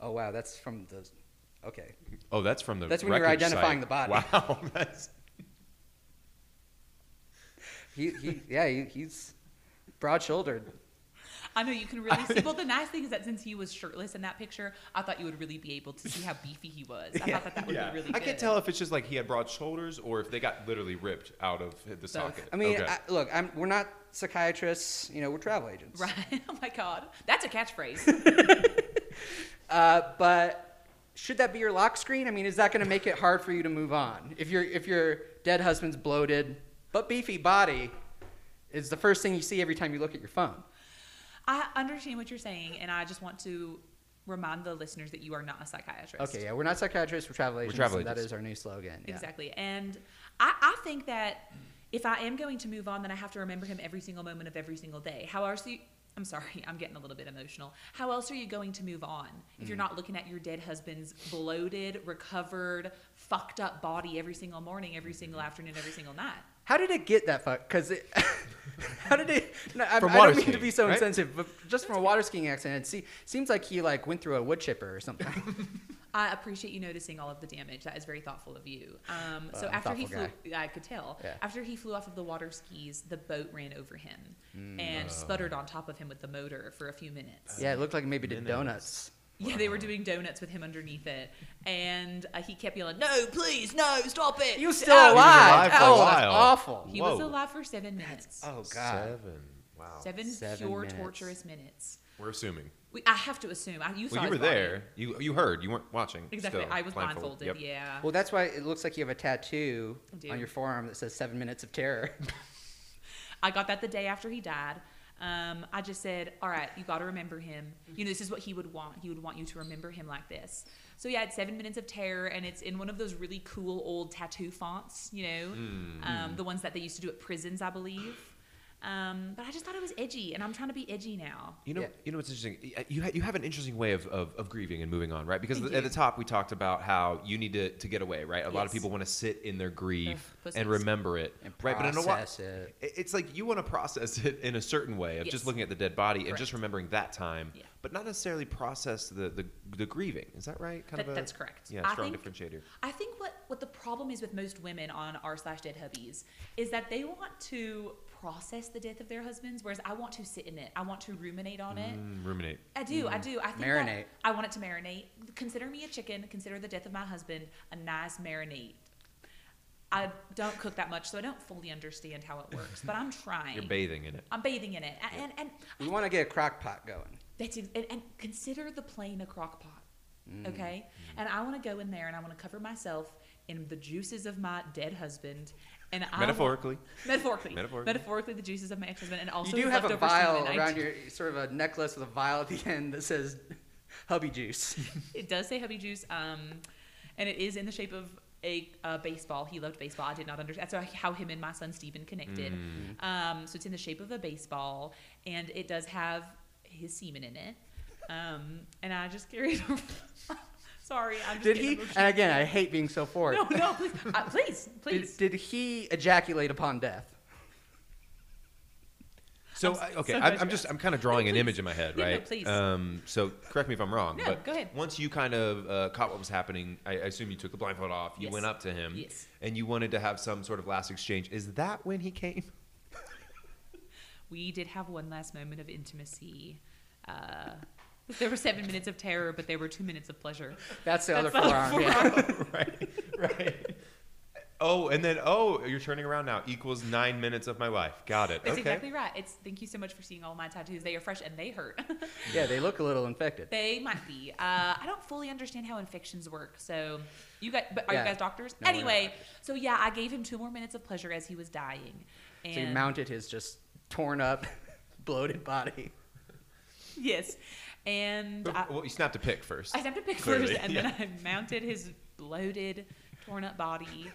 Speaker 4: Oh wow, that's from the. Okay.
Speaker 3: Oh, that's from the.
Speaker 4: That's when you were
Speaker 3: wreckage site.
Speaker 4: identifying the body.
Speaker 3: <laughs> Wow.
Speaker 4: <laughs>
Speaker 3: That's.
Speaker 4: He, he yeah, he, he's broad shouldered.
Speaker 5: I know you can really see. Well, the nice thing is that since he was shirtless in that picture, I thought you would really be able to see how beefy he was. <laughs> I thought that that would
Speaker 3: Yeah.
Speaker 5: be really.
Speaker 3: I
Speaker 5: good.
Speaker 3: can't tell if it's just like he had broad shoulders or if they got literally ripped out of the socket.
Speaker 4: I mean,
Speaker 3: Okay.
Speaker 4: I, look, I'm, we're not psychiatrists. You know, we're travel agents.
Speaker 5: <laughs> Right. Oh my God. That's a catchphrase.
Speaker 4: Uh, but should that be your lock screen? I mean, is that going to make it hard for you to move on if your if your dead husband's bloated but beefy body is the first thing you see every time you look at your phone?
Speaker 5: I understand what you're saying, and I just want to remind the listeners that you are not a psychiatrist.
Speaker 4: Okay, yeah, we're not psychiatrists. We're travel agents.
Speaker 3: travel
Speaker 4: and That
Speaker 3: agents.
Speaker 4: is our new slogan. yeah.
Speaker 5: Exactly. And I, I think that if I am going to move on, then I have to remember him every single moment of every single day. How else you? I'm sorry, <laughs> I'm getting a little bit emotional. How else are you going to move on if
Speaker 4: Mm.
Speaker 5: you're not looking at your dead husband's bloated, recovered, fucked up body every single morning, every
Speaker 4: Mm-hmm.
Speaker 5: single afternoon, every single night?
Speaker 4: How did it get that fuck? Because it. <laughs> how did it? No, I,
Speaker 3: From
Speaker 4: I don't
Speaker 3: water
Speaker 4: mean to
Speaker 3: skiing,
Speaker 4: be so
Speaker 3: right?
Speaker 4: insensitive, but just from a water skiing accident, it se- seems like he like went through a wood chipper or something.
Speaker 3: <laughs>
Speaker 5: I appreciate you noticing all of the damage. That is very thoughtful of you. Um, so
Speaker 4: I'm a
Speaker 5: after he flew,
Speaker 4: thoughtful
Speaker 5: I could tell.
Speaker 4: Yeah.
Speaker 5: After he flew off of the water skis, the boat ran over him
Speaker 4: Mm.
Speaker 5: and sputtered on top of him with the motor for a few minutes.
Speaker 4: yeah, it looked like maybe did
Speaker 3: Minnows.
Speaker 4: donuts.
Speaker 5: Yeah, they were doing donuts with him underneath it, and uh, he kept yelling, "No, please, no, stop it!"
Speaker 4: You
Speaker 5: Oh,
Speaker 4: still alive?
Speaker 3: alive for a
Speaker 4: oh, that's
Speaker 3: while.
Speaker 4: awful.
Speaker 5: He was
Speaker 3: Whoa.
Speaker 5: alive for seven minutes.
Speaker 4: Oh god.
Speaker 3: Seven. Wow.
Speaker 5: Seven
Speaker 4: Seven
Speaker 5: pure
Speaker 4: minutes.
Speaker 5: torturous minutes.
Speaker 3: We're assuming.
Speaker 5: We, I have to assume. I, you saw
Speaker 3: Well, you
Speaker 5: his
Speaker 3: were
Speaker 5: body.
Speaker 3: there. You you heard. You weren't watching.
Speaker 5: Exactly.
Speaker 3: Still,
Speaker 5: I was blindfolded.
Speaker 3: Yep.
Speaker 5: Yeah.
Speaker 4: Well, that's why it looks like you have a tattoo
Speaker 5: I do.
Speaker 4: on your forearm that says seven minutes of
Speaker 3: <laughs>
Speaker 4: terror.
Speaker 5: I got that the day after he died. Um, I just said, all right, you got to remember him. You know, this is what he would want. He would want you to remember him like this. So yeah, it's seven minutes of terror, and it's in one of those really cool old tattoo fonts. You know,
Speaker 3: Hmm.
Speaker 5: um, the ones that they used to do at prisons, I believe. Um, but I just thought it was edgy, and I'm trying to be edgy now.
Speaker 3: You know,
Speaker 4: Yeah.
Speaker 3: you know what's interesting. Y- uh, You ha- you have an interesting way of, of, of grieving and moving on, right? Because
Speaker 5: Thank
Speaker 3: at the
Speaker 5: you.
Speaker 3: top we talked about how you need to, to get away, right? A lot of
Speaker 5: Yes.
Speaker 3: people want to sit in their grief
Speaker 5: Ugh,
Speaker 3: and
Speaker 5: pussies.
Speaker 3: remember it,
Speaker 4: And
Speaker 3: right? But in a while,
Speaker 4: process it.
Speaker 3: it's like you want to process it in a certain way of
Speaker 5: Yes.
Speaker 3: just looking at the dead body and just
Speaker 5: Correct.
Speaker 3: remembering that time,
Speaker 5: Yeah.
Speaker 3: but not necessarily process the, the, the grieving. Is that right? Kind
Speaker 5: That- that's correct.
Speaker 3: Yeah,
Speaker 5: I
Speaker 3: strong
Speaker 5: think-
Speaker 3: differentiator.
Speaker 5: I think what, what the problem is with most women on r slash dead hubbies is that they want to process the death of their husbands, whereas I want to sit in it. I want to ruminate on it.
Speaker 3: Mm, ruminate.
Speaker 5: I do, I do. I think that
Speaker 4: Marinate.
Speaker 5: I want it to marinate. Consider me a chicken. Consider the death of my husband a nice marinade. I don't cook that much, so I don't fully understand
Speaker 4: <laughs>
Speaker 5: how it works, but I'm trying.
Speaker 3: You're bathing in it.
Speaker 5: I'm bathing in it, and and, and
Speaker 4: We want to get a crock pot going.
Speaker 5: that's ex- and, and consider the plane a crock pot.
Speaker 4: Mm.
Speaker 5: Okay? And I want to go in there and I want to cover myself in the juices of my dead husband. And I wa-
Speaker 3: Metaphorically.
Speaker 5: metaphorically.
Speaker 3: Metaphorically.
Speaker 5: Metaphorically. the juices of my ex husband. And also,
Speaker 4: you do
Speaker 5: his
Speaker 4: have a
Speaker 5: leftover semen.
Speaker 4: vial
Speaker 5: I
Speaker 4: around
Speaker 5: do-
Speaker 4: your sort of a necklace with a vial at the end that says <laughs> hubby juice.
Speaker 5: It does say hubby juice. Um, and it is in the shape of a uh, baseball. He loved baseball. I did not understand. That's how him and my son Steven connected.
Speaker 4: Mm.
Speaker 5: Um, so it's in the shape of a baseball. And it does have his semen in it. Um, and I just carried <laughs> Sorry. I'm just
Speaker 4: Did
Speaker 5: getting
Speaker 4: he?
Speaker 5: emotional.
Speaker 4: And again, I hate being so forward.
Speaker 5: No, no, please, uh, please, please.
Speaker 4: Did, did he ejaculate upon death?
Speaker 3: So
Speaker 5: I'm
Speaker 3: I-
Speaker 5: s-
Speaker 3: okay,
Speaker 5: <laughs> so
Speaker 3: I'm,
Speaker 5: glad
Speaker 3: I'm
Speaker 5: you
Speaker 3: just
Speaker 5: asked.
Speaker 3: I'm kind of drawing an
Speaker 5: please.
Speaker 3: image in my head,
Speaker 5: Yeah, no,
Speaker 3: right?
Speaker 5: please.
Speaker 3: Um, so correct me if I'm wrong,
Speaker 5: No,
Speaker 3: but
Speaker 5: go ahead.
Speaker 3: once you kind of uh, caught what was happening, I, I assume you took the blindfold off. You
Speaker 5: Yes.
Speaker 3: went up to him,
Speaker 5: Yes.
Speaker 3: and you wanted to have some sort of last exchange. Is that when he came?
Speaker 5: <laughs>
Speaker 3: <laughs>
Speaker 5: we did have one last moment of intimacy. Uh, there were seven minutes of terror, but there were two minutes of pleasure.
Speaker 4: That's the other
Speaker 5: That's the
Speaker 4: forearm.
Speaker 5: other
Speaker 4: Yeah.
Speaker 3: right, right. Oh, and then oh, you're turning around now equals nine minutes of my life. Got it.
Speaker 5: That's
Speaker 3: okay.
Speaker 5: exactly right. It's thank you so much for seeing all my tattoos. They are fresh and they hurt. <laughs>
Speaker 4: yeah, they look a little infected.
Speaker 5: they might be. Uh, I don't fully understand how infections work. So you guys, but are
Speaker 4: Yeah.
Speaker 5: you guys doctors?
Speaker 4: No, we're not
Speaker 5: anyway,
Speaker 4: doctors.
Speaker 5: so yeah, I gave him two more minutes of pleasure as he was dying. And
Speaker 4: So you mounted his just torn up, <laughs> bloated body.
Speaker 5: yes, and I,
Speaker 3: Well, you snapped a pic first.
Speaker 5: I snapped a picture
Speaker 3: Clearly,
Speaker 5: <laughs> and
Speaker 3: yeah.
Speaker 5: then I mounted his bloated, torn up body,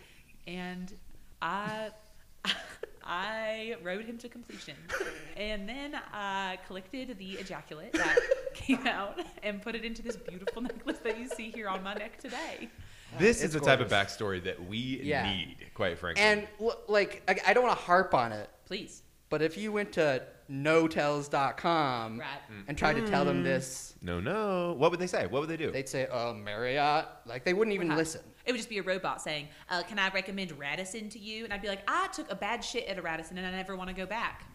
Speaker 5: and I, <laughs> I rode him to completion, and then I collected the ejaculate that came out and put it into this beautiful <laughs> necklace that you see here on my neck today.
Speaker 3: This is
Speaker 4: Uh, It's
Speaker 3: the type of backstory that we
Speaker 4: Yeah.
Speaker 3: need, quite frankly.
Speaker 4: And l- like, I, I don't want to harp on it,
Speaker 5: Please,
Speaker 4: but if you went to notells.com
Speaker 5: Right.
Speaker 3: Mm.
Speaker 5: Mm.
Speaker 4: and tried to tell them this,
Speaker 3: no, no. What would they say? What would they do?
Speaker 4: they'd say, "Oh, Marriott." Like they wouldn't even
Speaker 5: Perhaps.
Speaker 4: listen.
Speaker 5: It would just be a robot saying, uh, "Can I recommend Radisson to you?" And I'd be like, "I took a bad shit at a Radisson, and I never want to go back."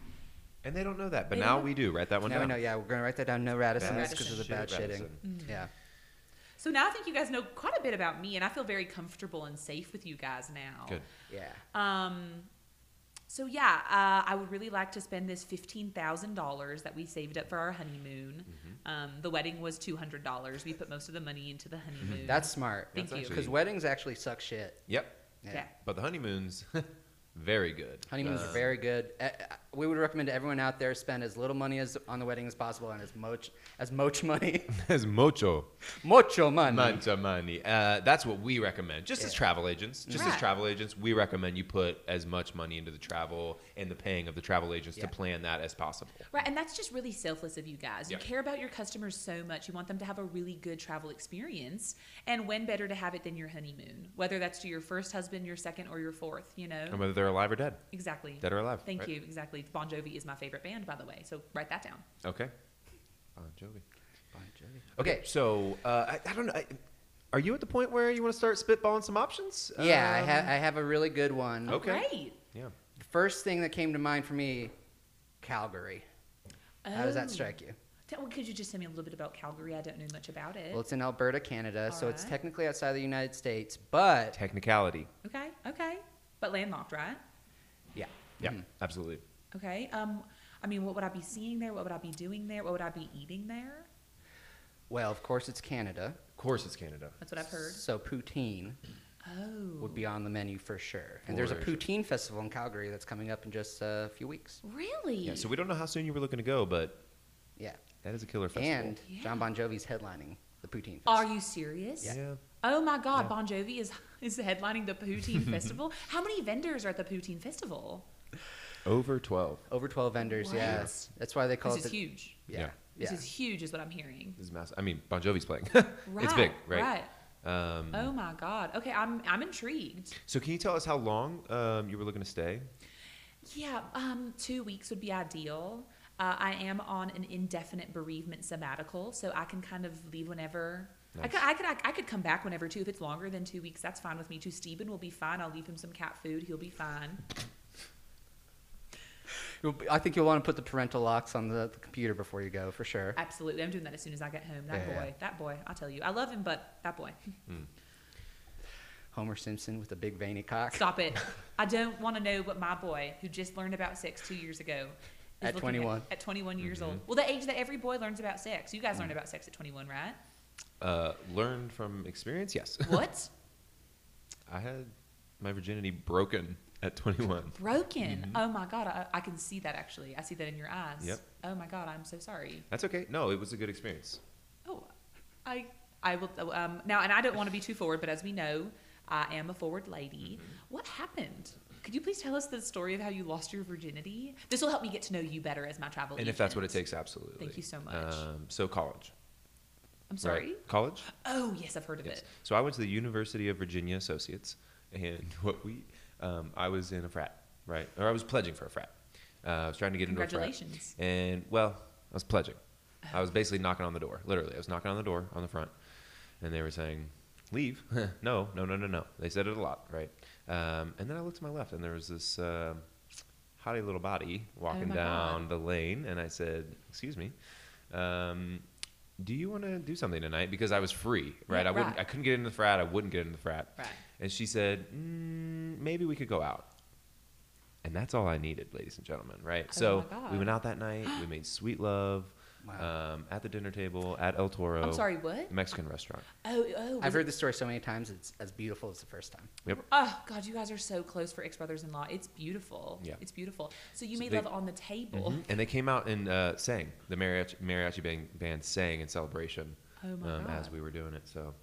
Speaker 3: and they don't know that, but
Speaker 5: They
Speaker 3: now
Speaker 5: don't-
Speaker 3: we do. Write that one
Speaker 4: Now we
Speaker 3: down.
Speaker 4: know. Yeah, we're gonna write that down. No Radisson.
Speaker 3: Bad
Speaker 4: That's because of the
Speaker 3: shit
Speaker 4: bad
Speaker 3: at
Speaker 4: shitting.
Speaker 3: Radisson.
Speaker 5: Mm.
Speaker 4: Yeah.
Speaker 5: So now I think you guys know quite a bit about me, and I feel very comfortable and safe with you guys now.
Speaker 3: Good.
Speaker 4: Yeah.
Speaker 5: Um, so yeah, uh, I would really like to spend this fifteen thousand dollars that we saved up for our honeymoon. Um, the wedding was two hundred dollars. We put most of the money into the honeymoon.
Speaker 4: That's smart.
Speaker 5: Thank That's you. actually-
Speaker 4: Because weddings actually suck shit.
Speaker 3: Yep.
Speaker 5: yeah.
Speaker 3: But the honeymoons, <laughs> very good.
Speaker 4: Honeymoons are very good. Eh, eh, We would recommend to everyone out there spend as little money as on the wedding as possible and as much as much money,
Speaker 3: <laughs>
Speaker 4: <laughs>
Speaker 3: There's mucho,
Speaker 4: mucho money.
Speaker 3: mucho money. Uh, that's what we recommend. Just as
Speaker 4: Yeah.
Speaker 3: travel agents, just as
Speaker 5: Right.
Speaker 3: travel agents, we recommend you put as much money into the travel and the paying of the travel agents
Speaker 4: Yeah.
Speaker 3: to plan that as possible.
Speaker 5: Right, and that's just really selfless of you guys. You
Speaker 3: Yeah.
Speaker 5: care about your customers so much. You want them to have a really good travel experience, and when better to have it than your honeymoon, whether that's to your first husband, your second, or your fourth. You know,
Speaker 3: And whether they're alive or dead,
Speaker 5: exactly.
Speaker 3: dead or alive.
Speaker 5: Thank
Speaker 3: right?
Speaker 5: you. Exactly. Bon Jovi is my favorite band, by the way. So write that down.
Speaker 3: Okay. Bon Jovi.
Speaker 4: Bon Jovi.
Speaker 3: Okay, so uh, I, I don't know. I, are you at the point where you want to start spitballing some options?
Speaker 4: Yeah, I
Speaker 3: Um,
Speaker 4: have I have a really good one.
Speaker 3: Okay.
Speaker 5: Great.
Speaker 3: Yeah.
Speaker 4: The first thing that came to mind for me, Calgary. How does
Speaker 5: Oh.
Speaker 4: that strike you?
Speaker 5: Tell- well, could you just tell me a little bit about Calgary? I don't know much about it.
Speaker 4: Well, it's in Alberta, Canada, so it's
Speaker 5: Alright.
Speaker 4: technically outside of the United States, but
Speaker 3: Technicality.
Speaker 5: okay, okay, but landlocked, right?
Speaker 4: yeah.
Speaker 3: Yeah, absolutely.
Speaker 5: Okay. Um, I mean, what would I be seeing there? What would I be doing there? What would I be eating there?
Speaker 4: Well, of course, it's Canada,
Speaker 3: Of course, it's Canada.
Speaker 5: That's what I've heard.
Speaker 4: so poutine
Speaker 5: Oh,
Speaker 4: would be on the menu for sure. And there's a
Speaker 3: For
Speaker 4: poutine festival in Calgary that's coming up in just a few weeks.
Speaker 5: Oh. really?
Speaker 3: Yeah. So we don't know how soon you were looking to go, but
Speaker 4: Yeah,
Speaker 3: that is a killer festival.
Speaker 4: and
Speaker 5: Yeah.
Speaker 4: John Bon Jovi's headlining the poutine.
Speaker 5: Are
Speaker 4: fest.
Speaker 5: you serious?
Speaker 3: yeah.
Speaker 5: Oh my God, Bon Jovi is is headlining
Speaker 3: <laughs>
Speaker 5: the Poutine Festival. How many vendors are at the Poutine Festival?
Speaker 3: over twelve.
Speaker 4: over twelve vendors?
Speaker 5: What?
Speaker 4: Yeah, that's why they call
Speaker 5: This is
Speaker 4: it. the-
Speaker 5: huge.
Speaker 4: Yeah,
Speaker 3: Yeah.
Speaker 4: yeah.
Speaker 5: This is huge, is what I'm hearing.
Speaker 3: This is massive. I mean, Bon Jovi's playing. <laughs>
Speaker 5: Right.
Speaker 3: it's big, right? Um,
Speaker 5: Oh my God. Okay, I'm I'm intrigued.
Speaker 3: So can you tell us how long um, you were looking to stay?
Speaker 5: Yeah, um, two weeks would be ideal. Uh, I am on an indefinite bereavement sabbatical, so I can kind of leave whenever. I,
Speaker 3: Nice.
Speaker 5: could, I could I, could come back whenever too. If it's longer than two weeks, that's fine with me too. Steven will be fine. I'll leave him some cat food. He'll be fine.
Speaker 4: You'll be- I think you'll want to put the parental locks on the, the computer before you go for sure.
Speaker 5: Absolutely, I'm doing that as soon as I get home. That
Speaker 4: Yeah.
Speaker 5: boy, that boy. I'll tell you, I love him, but that boy.
Speaker 4: Homer Simpson with a big veiny cock.
Speaker 5: Stop it. I don't want to know what my boy, who just learned about sex two years ago, is
Speaker 4: At Mm-hmm.
Speaker 5: looking
Speaker 4: 21.
Speaker 5: At, 21 years old. Well, the age that every boy learns about sex. You guys
Speaker 4: Mm.
Speaker 5: learned about sex at 21, right?
Speaker 3: Uh, learned from experience? Yes. <laughs>
Speaker 4: <laughs>
Speaker 5: What?
Speaker 3: I had my virginity broken at 21.
Speaker 5: Broken.
Speaker 4: Mm-hmm.
Speaker 5: Oh my God. I, I can see that actually. I see that in your eyes.
Speaker 3: Yep.
Speaker 5: Oh my God. I'm so sorry.
Speaker 3: That's okay. No, it was a good experience.
Speaker 5: Oh, I, I will. Um, now, and I don't want to be too forward, but as we know, I am a forward lady.
Speaker 3: Mm-hmm.
Speaker 5: What happened? Could you please tell us the story of how you lost your virginity? This will help me get to know you better as my travel
Speaker 3: And if that's what it
Speaker 5: agent.
Speaker 3: takes, absolutely.
Speaker 5: Thank you so much.
Speaker 3: Um, so college.
Speaker 5: I'm sorry.
Speaker 3: Right? College?
Speaker 5: Oh, yes, I've heard of
Speaker 3: Yes.
Speaker 5: it.
Speaker 3: So I went to the University of Virginia Associates, and <laughs> what we, um, I was in a frat, right? Or I was pledging for a frat. Uh, I was trying to get into a frat.
Speaker 5: Congratulations.
Speaker 3: And well, I was pledging. I was basically knocking on the door. Literally, I was knocking on the door on the front, and they were saying, "Leave." <laughs> no, no, no, no, no. They said it a lot, right? Um, and then I looked to my left, and there was this uh, hottie little body walking
Speaker 5: Oh my
Speaker 3: down
Speaker 5: God.
Speaker 3: the lane, and I said, "Excuse me." Um, do you want to do something tonight? Because I was free, right?
Speaker 5: Yeah,
Speaker 3: I wouldn't,
Speaker 5: right.
Speaker 3: I couldn't get into the frat. I wouldn't get into the frat.
Speaker 5: Right.
Speaker 3: And she said, mm, maybe we could go out. And that's all I needed, ladies and gentlemen, right? so
Speaker 5: Oh my God.
Speaker 3: we went out that night. We made sweet love
Speaker 4: Wow.
Speaker 3: um, at the dinner table at El Toro.
Speaker 5: I'm sorry, what?
Speaker 3: the Mexican restaurant.
Speaker 5: Oh, oh.
Speaker 4: I've
Speaker 5: was
Speaker 4: heard
Speaker 5: it-
Speaker 4: this story so many times. It's as beautiful as the first time.
Speaker 5: Oh, God, you guys are so close for ex brothers in law. It's beautiful.
Speaker 3: Yeah.
Speaker 5: It's beautiful. So you
Speaker 3: So
Speaker 5: made
Speaker 3: they-
Speaker 5: love on the table.
Speaker 3: Mhm. And they came out and uh, sang. The mariachi, mariachi band, band sang in celebration
Speaker 5: Oh my
Speaker 3: um, as
Speaker 5: God. Mm.
Speaker 3: we were doing it. So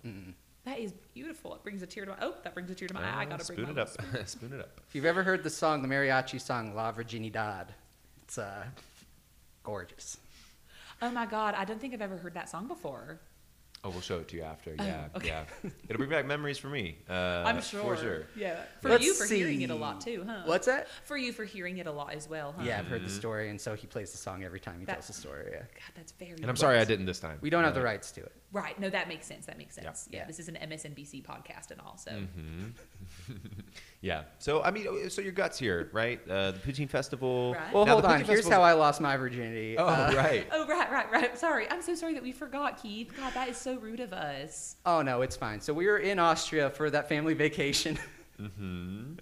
Speaker 5: That is beautiful. It brings a tear to my oh, that brings a tear to my eye. I
Speaker 3: uh,
Speaker 5: gotta
Speaker 3: spoon
Speaker 5: bring
Speaker 3: it
Speaker 5: my
Speaker 3: up. <laughs>
Speaker 5: little
Speaker 3: spoon it up.
Speaker 4: If you've ever heard the song, the mariachi song La Virginidad, it's uh, gorgeous.
Speaker 5: spoon. Oh my God, I don't think I've ever heard that song before.
Speaker 3: Oh, we'll show it to you after. Yeah,
Speaker 5: okay.
Speaker 3: yeah. It'll bring back memories for
Speaker 5: <laughs>
Speaker 3: me. Uh,
Speaker 5: I'm sure.
Speaker 3: For sure.
Speaker 5: Yeah. For
Speaker 4: Let's
Speaker 5: you for hearing it a
Speaker 4: see.
Speaker 5: lot too, huh?
Speaker 4: What's that?
Speaker 5: For you for hearing it a lot as well, huh?
Speaker 4: Yeah, I've heard
Speaker 3: Mm-hmm.
Speaker 4: the story, and so he plays the song every time he
Speaker 5: That-
Speaker 4: tells the story. Yeah.
Speaker 5: God, that's very.
Speaker 3: And I'm sorry I
Speaker 5: wet.
Speaker 3: didn't this time.
Speaker 4: We don't have
Speaker 3: Uh,
Speaker 4: the rights to it.
Speaker 5: Right. No, that makes sense. That makes sense. Yeah.
Speaker 4: Yeah. Mm-hmm.
Speaker 5: This is an MSNBC podcast and all. So
Speaker 3: Yeah. So I mean, oh, so your guts here, right? Uh, the Poutine Festival.
Speaker 5: Right.
Speaker 4: Well,
Speaker 3: Now,
Speaker 4: hold
Speaker 3: the
Speaker 4: on.
Speaker 3: Poutine
Speaker 4: Here's
Speaker 3: Festival's-
Speaker 4: how I lost my virginity.
Speaker 3: Oh,
Speaker 4: Uh,
Speaker 3: right.
Speaker 5: Oh right, right, right. Sorry, I'm so sorry that we forgot, Keith. God, that is so rude of us.
Speaker 4: oh no, it's fine. So we were in Austria for that family vacation. <laughs>
Speaker 3: Mm-hmm.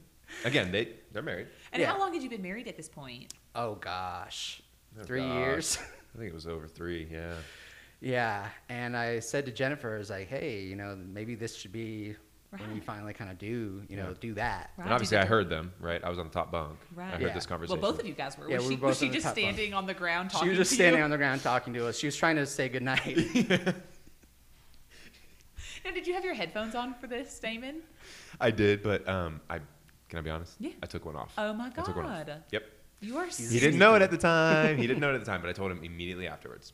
Speaker 3: Again, they they're married.
Speaker 5: And
Speaker 4: Yeah.
Speaker 5: how long had you been married at this point?
Speaker 4: oh gosh,
Speaker 3: Oh,
Speaker 4: three
Speaker 3: gosh. <laughs>
Speaker 4: years.
Speaker 3: I think it was over three. Yeah.
Speaker 4: Yeah, and I said to Jennifer, I was like, "Hey, you know, maybe this should be when we
Speaker 5: Right.
Speaker 4: finally kind of do, you know,
Speaker 3: Yeah.
Speaker 4: do that."
Speaker 5: Right.
Speaker 3: And obviously, I heard them. Right. I was on the top bunk. I
Speaker 5: Right.
Speaker 3: heard
Speaker 4: Yeah.
Speaker 3: this
Speaker 4: Well,
Speaker 3: conversation.
Speaker 5: Well, both of you guys were.
Speaker 4: Yeah,
Speaker 5: was
Speaker 4: we
Speaker 5: she,
Speaker 4: were both
Speaker 5: was she
Speaker 4: on the
Speaker 5: just
Speaker 4: top bunk.
Speaker 5: standing on the ground talking
Speaker 4: She was just
Speaker 5: to
Speaker 4: standing
Speaker 5: you?
Speaker 4: on the ground talking to us. She was trying to say
Speaker 3: <laughs>
Speaker 4: goodnight.
Speaker 5: Now, did you have your headphones on for this, Damon?
Speaker 3: I did, but um, I can I be honest?
Speaker 5: Yeah.
Speaker 3: I took one off.
Speaker 5: Oh my
Speaker 3: I took one off.
Speaker 5: God.
Speaker 3: Yep.
Speaker 5: You are
Speaker 3: He didn't know it at the time. He didn't know it at the time, but I told him immediately
Speaker 5: <laughs>
Speaker 3: afterwards.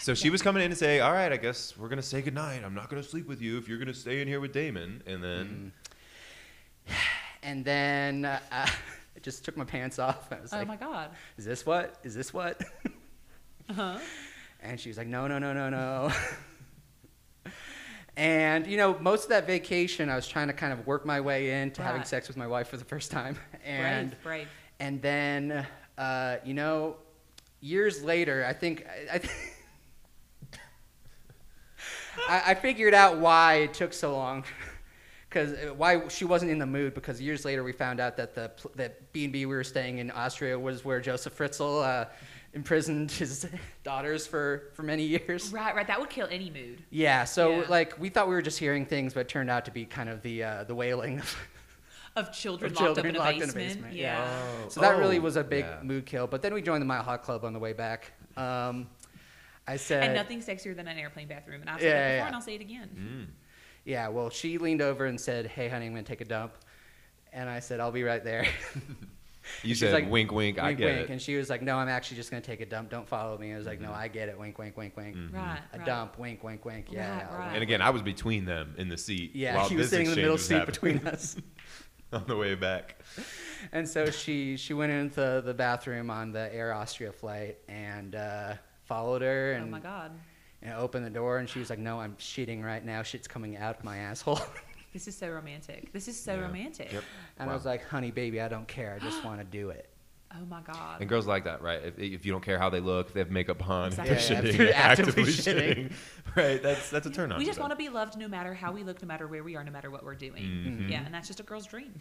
Speaker 3: So she was coming in to say, "All right, I guess we're gonna say goodnight. I'm not gonna sleep with you if you're gonna stay in here with Damon."
Speaker 4: Mm.
Speaker 3: And then
Speaker 4: and then uh, <laughs> I just took my pants off. I was
Speaker 5: Oh
Speaker 4: like,
Speaker 5: my God.
Speaker 4: "Is this what? Is this what?" <laughs>
Speaker 5: Uh-huh.
Speaker 4: and she was like, "No, no, no, no, no." <laughs> and you know, most of that vacation, I was trying to kind of work my way into having
Speaker 5: Right.
Speaker 4: sex with my wife for the first time, and.
Speaker 5: brave, brave.
Speaker 4: And then, uh, you know, years later, I think I, I, I, I figured out why it took so long. <laughs> because why she wasn't in the mood because years later we found out that the pl- that B and B we were staying in Austria was where Joseph Fritzl uh, imprisoned <laughs> his daughters for for many years.
Speaker 5: Right, right. That would kill any mood.
Speaker 4: Yeah, so
Speaker 5: Yeah.
Speaker 4: like we thought we were just hearing things, but it turned out to be kind of the uh, the wailing. of-
Speaker 5: Of children,
Speaker 4: Of
Speaker 5: locked,
Speaker 4: children
Speaker 5: up
Speaker 4: locked
Speaker 5: in a basement. Yeah.
Speaker 4: so that
Speaker 3: Oh,
Speaker 4: really was a big
Speaker 3: yeah.
Speaker 4: mood kill. But then we joined the Mile High Club on the way back. Um, I said,
Speaker 5: And nothing's sexier than an airplane bathroom. And I've said
Speaker 4: Yeah,
Speaker 5: that
Speaker 4: yeah,
Speaker 5: before
Speaker 4: yeah.
Speaker 5: and I'll say it again.
Speaker 4: yeah. Well, she leaned over and said, "Hey, honey, I'm gonna take a dump," and I said, "I'll be right there."
Speaker 3: You
Speaker 4: She's
Speaker 3: said
Speaker 4: like,
Speaker 3: wink, wink. <laughs> I
Speaker 4: wink,
Speaker 3: get
Speaker 4: wink.
Speaker 3: it. Mm-hmm.
Speaker 4: And she was like, "No, I'm actually just gonna take a dump. Don't follow me." I was like, "No, I get it. Wink, wink, wink, wink.
Speaker 5: Right.
Speaker 4: A
Speaker 5: right.
Speaker 4: dump. Wink, wink, wink. Yeah,
Speaker 5: Right,
Speaker 4: yeah,
Speaker 5: right.
Speaker 3: And again, I was between them in the seat.
Speaker 4: yeah." <laughs>
Speaker 3: while
Speaker 4: he was
Speaker 3: this
Speaker 4: sitting in the
Speaker 3: exchange
Speaker 4: middle seat
Speaker 3: was happening
Speaker 4: between
Speaker 3: <laughs>
Speaker 4: us.
Speaker 3: on the way back.
Speaker 4: and so she she went into the bathroom on the Air Austria flight and uh, followed her
Speaker 5: Oh
Speaker 4: and,
Speaker 5: my God.
Speaker 4: and opened the door and she was like, "No, I'm shitting right now. Shit's coming out my asshole." <laughs>
Speaker 5: This is so romantic. This is so
Speaker 3: Yeah.
Speaker 5: romantic.
Speaker 3: Yep.
Speaker 4: and I
Speaker 3: Wow.
Speaker 4: was like, "Honey, baby, I don't care. I
Speaker 3: <gasps>
Speaker 4: just want to do it."
Speaker 5: Oh my God.
Speaker 3: And girls like that, right? If, if you don't care how they look, if they have makeup on, if
Speaker 4: Yeah,
Speaker 3: they're shitting, <laughs>
Speaker 5: Exactly.
Speaker 4: if
Speaker 3: they're
Speaker 4: they're
Speaker 3: actively,
Speaker 4: actively
Speaker 3: shitting. right? That's that's a turn on.
Speaker 5: we just want to be loved no matter how we look, no matter where we are, no matter what we're doing. Yeah, and that's just a girl's dream.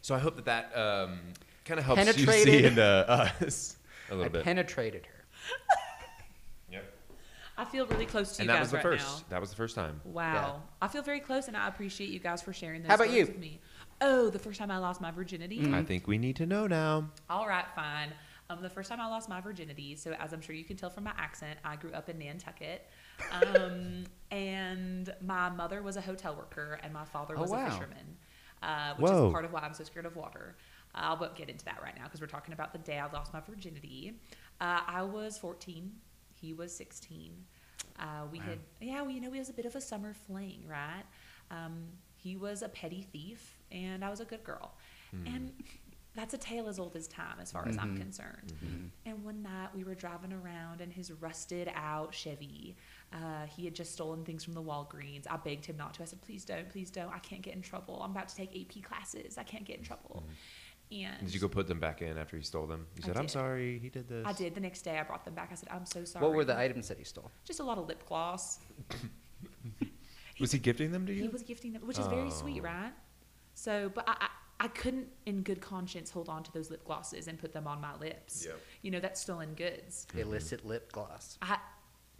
Speaker 3: So I hope that that um, kind of helps you see
Speaker 4: Penetrated.
Speaker 3: into us a little
Speaker 4: I
Speaker 3: bit.
Speaker 4: penetrated her.
Speaker 3: Yep.
Speaker 5: I feel really close to you
Speaker 3: And that was
Speaker 5: guys
Speaker 3: the
Speaker 5: right
Speaker 3: first.
Speaker 5: now.
Speaker 3: That was the first time.
Speaker 4: Mm-hmm.
Speaker 5: Wow. I feel very close, and I appreciate you guys for sharing those
Speaker 4: How about
Speaker 5: stories
Speaker 4: you?
Speaker 5: with me. Oh, the first time I lost my virginity.
Speaker 3: I think we need to know now.
Speaker 5: All right, fine. Um, the first time I lost my virginity, so as I'm sure you can tell from my accent, I grew up in Nantucket.
Speaker 4: <laughs>
Speaker 5: Um, and my mother was a hotel worker, and my father
Speaker 4: Oh,
Speaker 5: was
Speaker 4: wow.
Speaker 5: a fisherman, uh, which
Speaker 3: Whoa.
Speaker 5: is part of why I'm so scared of water. I won't get into that right now because we're talking about the day I lost my virginity. Uh, I was 14, he was 16. Uh, we had, yeah, well, you know, it was a bit of a summer fling, right? Um, he was a petty thief, and I was a good girl.
Speaker 4: Hmm.
Speaker 5: And that's a tale as old as time, as far as I'm concerned. And one night we were driving around in his rusted out Chevy. Uh, he had just stolen things from the Walgreens. I begged him not to. I said, please don't, please don't. I can't get in trouble. I'm about to take AP classes. I can't get in trouble.
Speaker 4: Mm-hmm.
Speaker 5: And
Speaker 3: Did you go put them back in after he stole them? You
Speaker 5: I
Speaker 3: said, "I'm
Speaker 5: did.
Speaker 3: sorry, he did this."
Speaker 5: I did. The next day I brought them back. I said, I'm so sorry.
Speaker 4: What were the items that he stole?
Speaker 5: Just a lot of lip gloss.
Speaker 3: Was he gifting them to you? Oh.
Speaker 5: He was gifting them, which is very sweet, right? So, but I, I, I couldn't, in good conscience, hold on to those lip glosses and put them on my lips.
Speaker 3: Yep.
Speaker 5: You know, that's stolen goods.
Speaker 3: Mm-hmm.
Speaker 4: Illicit lip gloss.
Speaker 5: I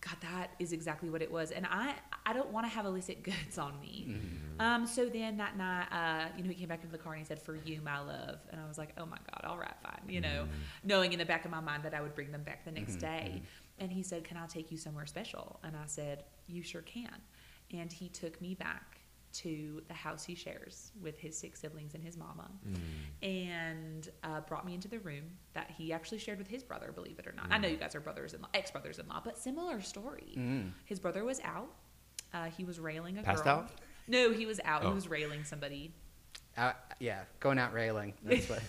Speaker 5: God, that is exactly what it was, and I I don't want to have illicit goods on me. Um, so then that night, uh, you know, he came back into the car and he said, "For you, my love," and I was like, "Oh my God, all right, fine," you know, knowing in the back of my mind that I would bring them back the next day. And he said, "Can I take you somewhere special?" And I said, "You sure can." And he took me back to the house he shares with his six siblings and his mama,
Speaker 3: Mm.
Speaker 5: and uh, brought me into the room that he actually shared with his brother. Believe it or not, I
Speaker 3: Mm.
Speaker 5: know you guys are brothers in law, ex brothers in law, but similar story.
Speaker 4: Mm.
Speaker 5: His brother was out. Uh, he was railing a
Speaker 3: Passed
Speaker 5: girl.
Speaker 3: out?
Speaker 5: No, he was out.
Speaker 3: Oh.
Speaker 5: He was railing somebody.
Speaker 4: Uh, yeah, going out <laughs> railing. That's what.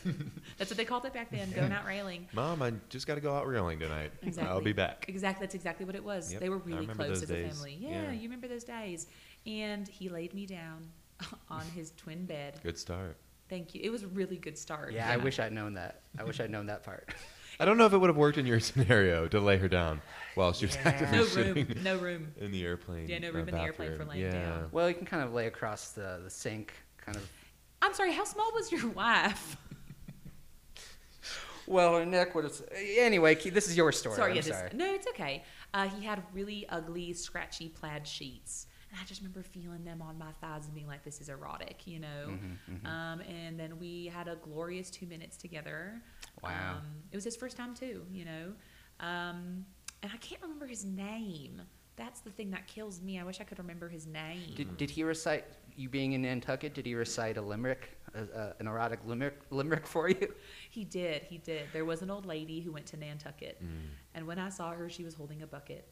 Speaker 5: That's what they called it back
Speaker 3: <laughs>
Speaker 5: then. Going out railing.
Speaker 3: Mom, I just got to go out reeling tonight.
Speaker 5: Exactly.
Speaker 3: I'll be back.
Speaker 5: Exactly. That's exactly what it was.
Speaker 3: Yep.
Speaker 5: They were
Speaker 3: I
Speaker 5: really
Speaker 3: remember
Speaker 5: close
Speaker 3: those
Speaker 5: as a
Speaker 3: days.
Speaker 5: family.
Speaker 3: Yeah.
Speaker 5: yeah, you remember those days. And he laid me down <laughs> on his twin bed.
Speaker 3: Good start.
Speaker 5: Thank you. It was a really good start.
Speaker 4: Yeah, I wish I'd known that. I wish I'd known that part.
Speaker 3: <laughs> I don't know if it would have worked in your <laughs> scenario to lay her down while she was actively <laughs>
Speaker 5: No room.
Speaker 3: shitting
Speaker 5: No room.
Speaker 3: in the airplane.
Speaker 5: Yeah, no
Speaker 3: uh,
Speaker 5: room in the airplane for
Speaker 3: bathroom.
Speaker 5: laying
Speaker 3: yeah.
Speaker 5: down.
Speaker 4: Well, you can kind of lay across the, the sink, kind of.
Speaker 5: I'm sorry. How small was your wife?
Speaker 4: Well, her neck would have. Anyway, Keith, this is your story.
Speaker 5: Sorry,
Speaker 4: I'm
Speaker 5: yeah, this-
Speaker 4: sorry.
Speaker 5: no, it's okay. Uh, he had really ugly, scratchy plaid sheets, and I just remember feeling them on my thighs and being like, "This is erotic," you know.
Speaker 4: Mm-hmm,
Speaker 5: Um, and then we had a glorious two minutes together.
Speaker 4: Wow.
Speaker 5: Um, it was his first time too, you know. Um, and I can't remember his name. That's the thing that kills me. I wish I could remember his name.
Speaker 4: Did,
Speaker 3: Mm-hmm.
Speaker 4: did he recite you being in Nantucket? Did he recite a limerick, a, a, an erotic limerick, limerick for you?
Speaker 5: He did. He did. There was an old lady who went to Nantucket,
Speaker 3: Mm.
Speaker 5: and when I saw her, she was holding a bucket.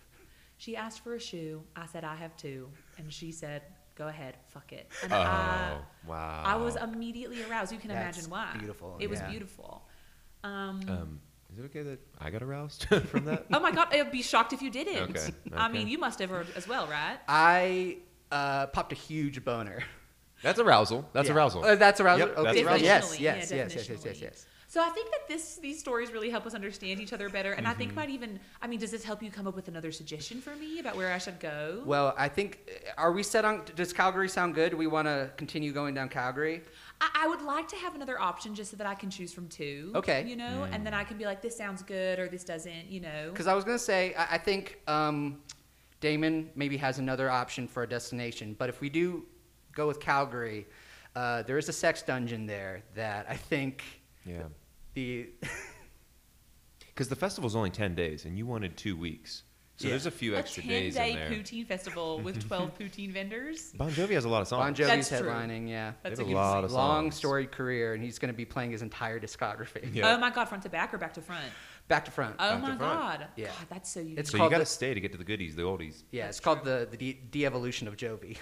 Speaker 5: She asked for a shoe. I said, I have two. And she said, Go ahead, fuck it. And
Speaker 3: Oh,
Speaker 5: I,
Speaker 3: wow.
Speaker 5: Uh, I was immediately aroused. You can
Speaker 4: That's
Speaker 5: imagine why.
Speaker 4: beautiful,
Speaker 5: It was
Speaker 4: yeah.
Speaker 5: beautiful. Um,
Speaker 3: Um, is it okay that I got aroused <laughs> from
Speaker 5: <laughs>
Speaker 3: that?
Speaker 5: oh my God, I'd be shocked if you didn't.
Speaker 3: Okay,
Speaker 5: I
Speaker 3: okay.
Speaker 5: mean, you must have as well, right?
Speaker 4: I uh, popped a huge boner.
Speaker 3: That's arousal. That's
Speaker 4: Yeah.
Speaker 3: arousal.
Speaker 4: Uh, that's arousal.
Speaker 3: Yep, that's
Speaker 4: okay.
Speaker 3: arousal.
Speaker 4: Yes, yes,
Speaker 5: Definitionally, yeah,
Speaker 4: yes, yes, yes, yes,
Speaker 5: definitionally.
Speaker 4: yes.
Speaker 5: So I think that this these stories really help us understand each other better, and I
Speaker 3: Mm-hmm.
Speaker 5: think might even I mean, does this help you come up with another suggestion for me about where I should go?
Speaker 4: Well, I think uh, are we set on? Does Calgary sound good? Do we want to continue going down Calgary?
Speaker 5: I, I would like to have another option just so that I can choose from two.
Speaker 4: Okay.
Speaker 5: You know, and then I can be like, this sounds good or this doesn't. You know.
Speaker 4: Because I was gonna say, I, I think um, Damon maybe has another option for a destination. But if we do go with Calgary, uh, there is a sex dungeon there that I think
Speaker 3: Yeah. <laughs>
Speaker 4: the
Speaker 3: Because the festival's only 10 days and you wanted two weeks. So
Speaker 4: Yeah.
Speaker 3: there's a few
Speaker 5: a
Speaker 3: extra
Speaker 5: 10
Speaker 3: days
Speaker 5: day
Speaker 3: in there.
Speaker 5: poutine
Speaker 3: <laughs>
Speaker 5: festival with 12 poutine vendors.
Speaker 3: Bon Jovi has a lot of
Speaker 4: Bon
Speaker 3: songs.
Speaker 4: Jovi's
Speaker 5: That's true.
Speaker 4: headlining. Yeah,
Speaker 3: Oh.
Speaker 5: That's
Speaker 3: They have
Speaker 5: a
Speaker 3: a
Speaker 5: good
Speaker 3: lot of
Speaker 4: long
Speaker 3: songs.
Speaker 4: storied career, and he's gonna be playing his entire discography.
Speaker 3: Yeah.
Speaker 5: Oh my God, front to back or back to front?
Speaker 4: Back to front.
Speaker 5: Oh
Speaker 3: Back to
Speaker 5: my
Speaker 3: front.
Speaker 5: God.
Speaker 4: Yeah.
Speaker 5: God, that's so unique.
Speaker 4: It's
Speaker 3: so you
Speaker 4: called
Speaker 3: got to
Speaker 4: the-
Speaker 3: stay to get to the goodies, the oldies.
Speaker 4: yeah, it's called the the de- de-evolution of Jovi.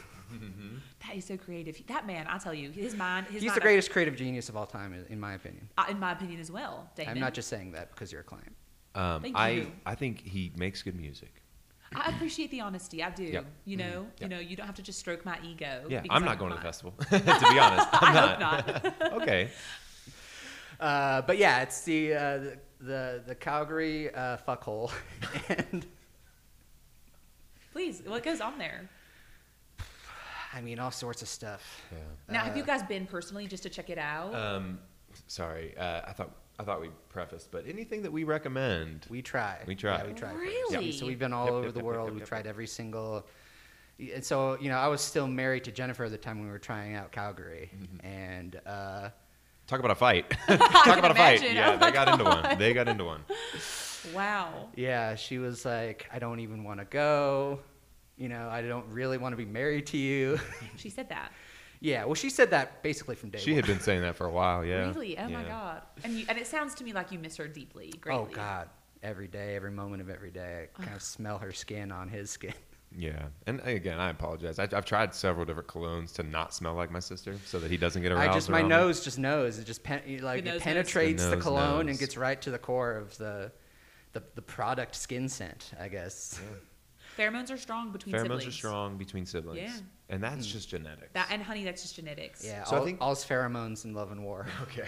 Speaker 5: that is so creative. He- That man, I tell you, his mind. His
Speaker 4: He's
Speaker 5: mind
Speaker 4: the greatest creative genius of all time, in- in my opinion.
Speaker 5: uh, in my opinion, as well. Damon.
Speaker 4: I'm not just saying that because you're a client.
Speaker 3: Um,
Speaker 5: Thank
Speaker 3: I,
Speaker 5: you.
Speaker 3: I think he makes good music.
Speaker 5: I appreciate the honesty. I do.
Speaker 3: Yep. Mm-hmm.
Speaker 5: You know.
Speaker 3: Yep.
Speaker 5: You know. You don't have to just stroke my ego.
Speaker 3: Yeah,
Speaker 5: Oh, because
Speaker 3: I'm not going to the
Speaker 5: <laughs>
Speaker 3: festival, <laughs> to be honest.
Speaker 5: I
Speaker 3: I'm
Speaker 5: hope
Speaker 3: not. <laughs>
Speaker 5: not.
Speaker 3: Okay.
Speaker 4: Uh, but yeah, it's the uh, the, the the Calgary uh, fuckhole, <laughs> and
Speaker 5: Please, what goes on there?
Speaker 4: I mean all sorts of stuff.
Speaker 5: Now,
Speaker 3: Uh,
Speaker 5: have you guys been personally just to check it out?
Speaker 3: Um, sorry, uh, I thought I thought we prefaced, but anything that we recommend,
Speaker 4: We try.
Speaker 3: We try.
Speaker 4: Yeah, we try.
Speaker 5: Really?
Speaker 4: So we've been all
Speaker 3: Yep,
Speaker 4: over
Speaker 3: yep,
Speaker 4: the
Speaker 3: yep,
Speaker 4: world.
Speaker 3: yep,
Speaker 4: we
Speaker 3: yep,
Speaker 4: tried every single. And so you know, I was still married to Jennifer at the time we were trying out Calgary,
Speaker 3: Mm-hmm.
Speaker 4: and uh,
Speaker 3: talk about a
Speaker 5: <laughs>
Speaker 3: fight.
Speaker 5: I
Speaker 3: talk
Speaker 5: can
Speaker 3: about a fight.
Speaker 5: imagine.
Speaker 3: Yeah,
Speaker 5: Oh my
Speaker 3: they got into one. They got into one.
Speaker 5: wow.
Speaker 4: yeah, she was like, "I don't even want to go." You know, I don't really want to be married to you.
Speaker 5: She said that.
Speaker 4: yeah, well, she said that basically from day
Speaker 3: She
Speaker 4: one.
Speaker 3: had been saying that for a while. Yeah.
Speaker 5: Really? Oh my
Speaker 3: Yeah.
Speaker 5: God. And you, and it sounds to me like you miss her deeply. Greatly.
Speaker 4: Oh God! Every day, every moment of every day, I kind of smell her skin on his skin.
Speaker 3: Yeah, and again, I apologize. I, I've tried several different colognes to not smell like my sister, so that he doesn't get aroused.
Speaker 4: I just my
Speaker 3: around me.
Speaker 4: nose just knows. It just pen, like
Speaker 5: nose
Speaker 4: it
Speaker 5: knows.
Speaker 4: penetrates
Speaker 3: The
Speaker 4: the,
Speaker 3: nose
Speaker 4: cologne
Speaker 3: knows.
Speaker 4: and gets right to the core of the, the the product skin scent. I guess.
Speaker 5: Pheromones are strong between
Speaker 3: Pheromones
Speaker 5: siblings.
Speaker 3: are strong between siblings.
Speaker 5: Yeah. Hmm.
Speaker 3: and that's just genetics.
Speaker 5: That and honey, that's just genetics.
Speaker 4: Yeah.
Speaker 3: So I
Speaker 4: all,
Speaker 3: think-
Speaker 4: all's pheromones in love and war.
Speaker 3: <laughs> Okay.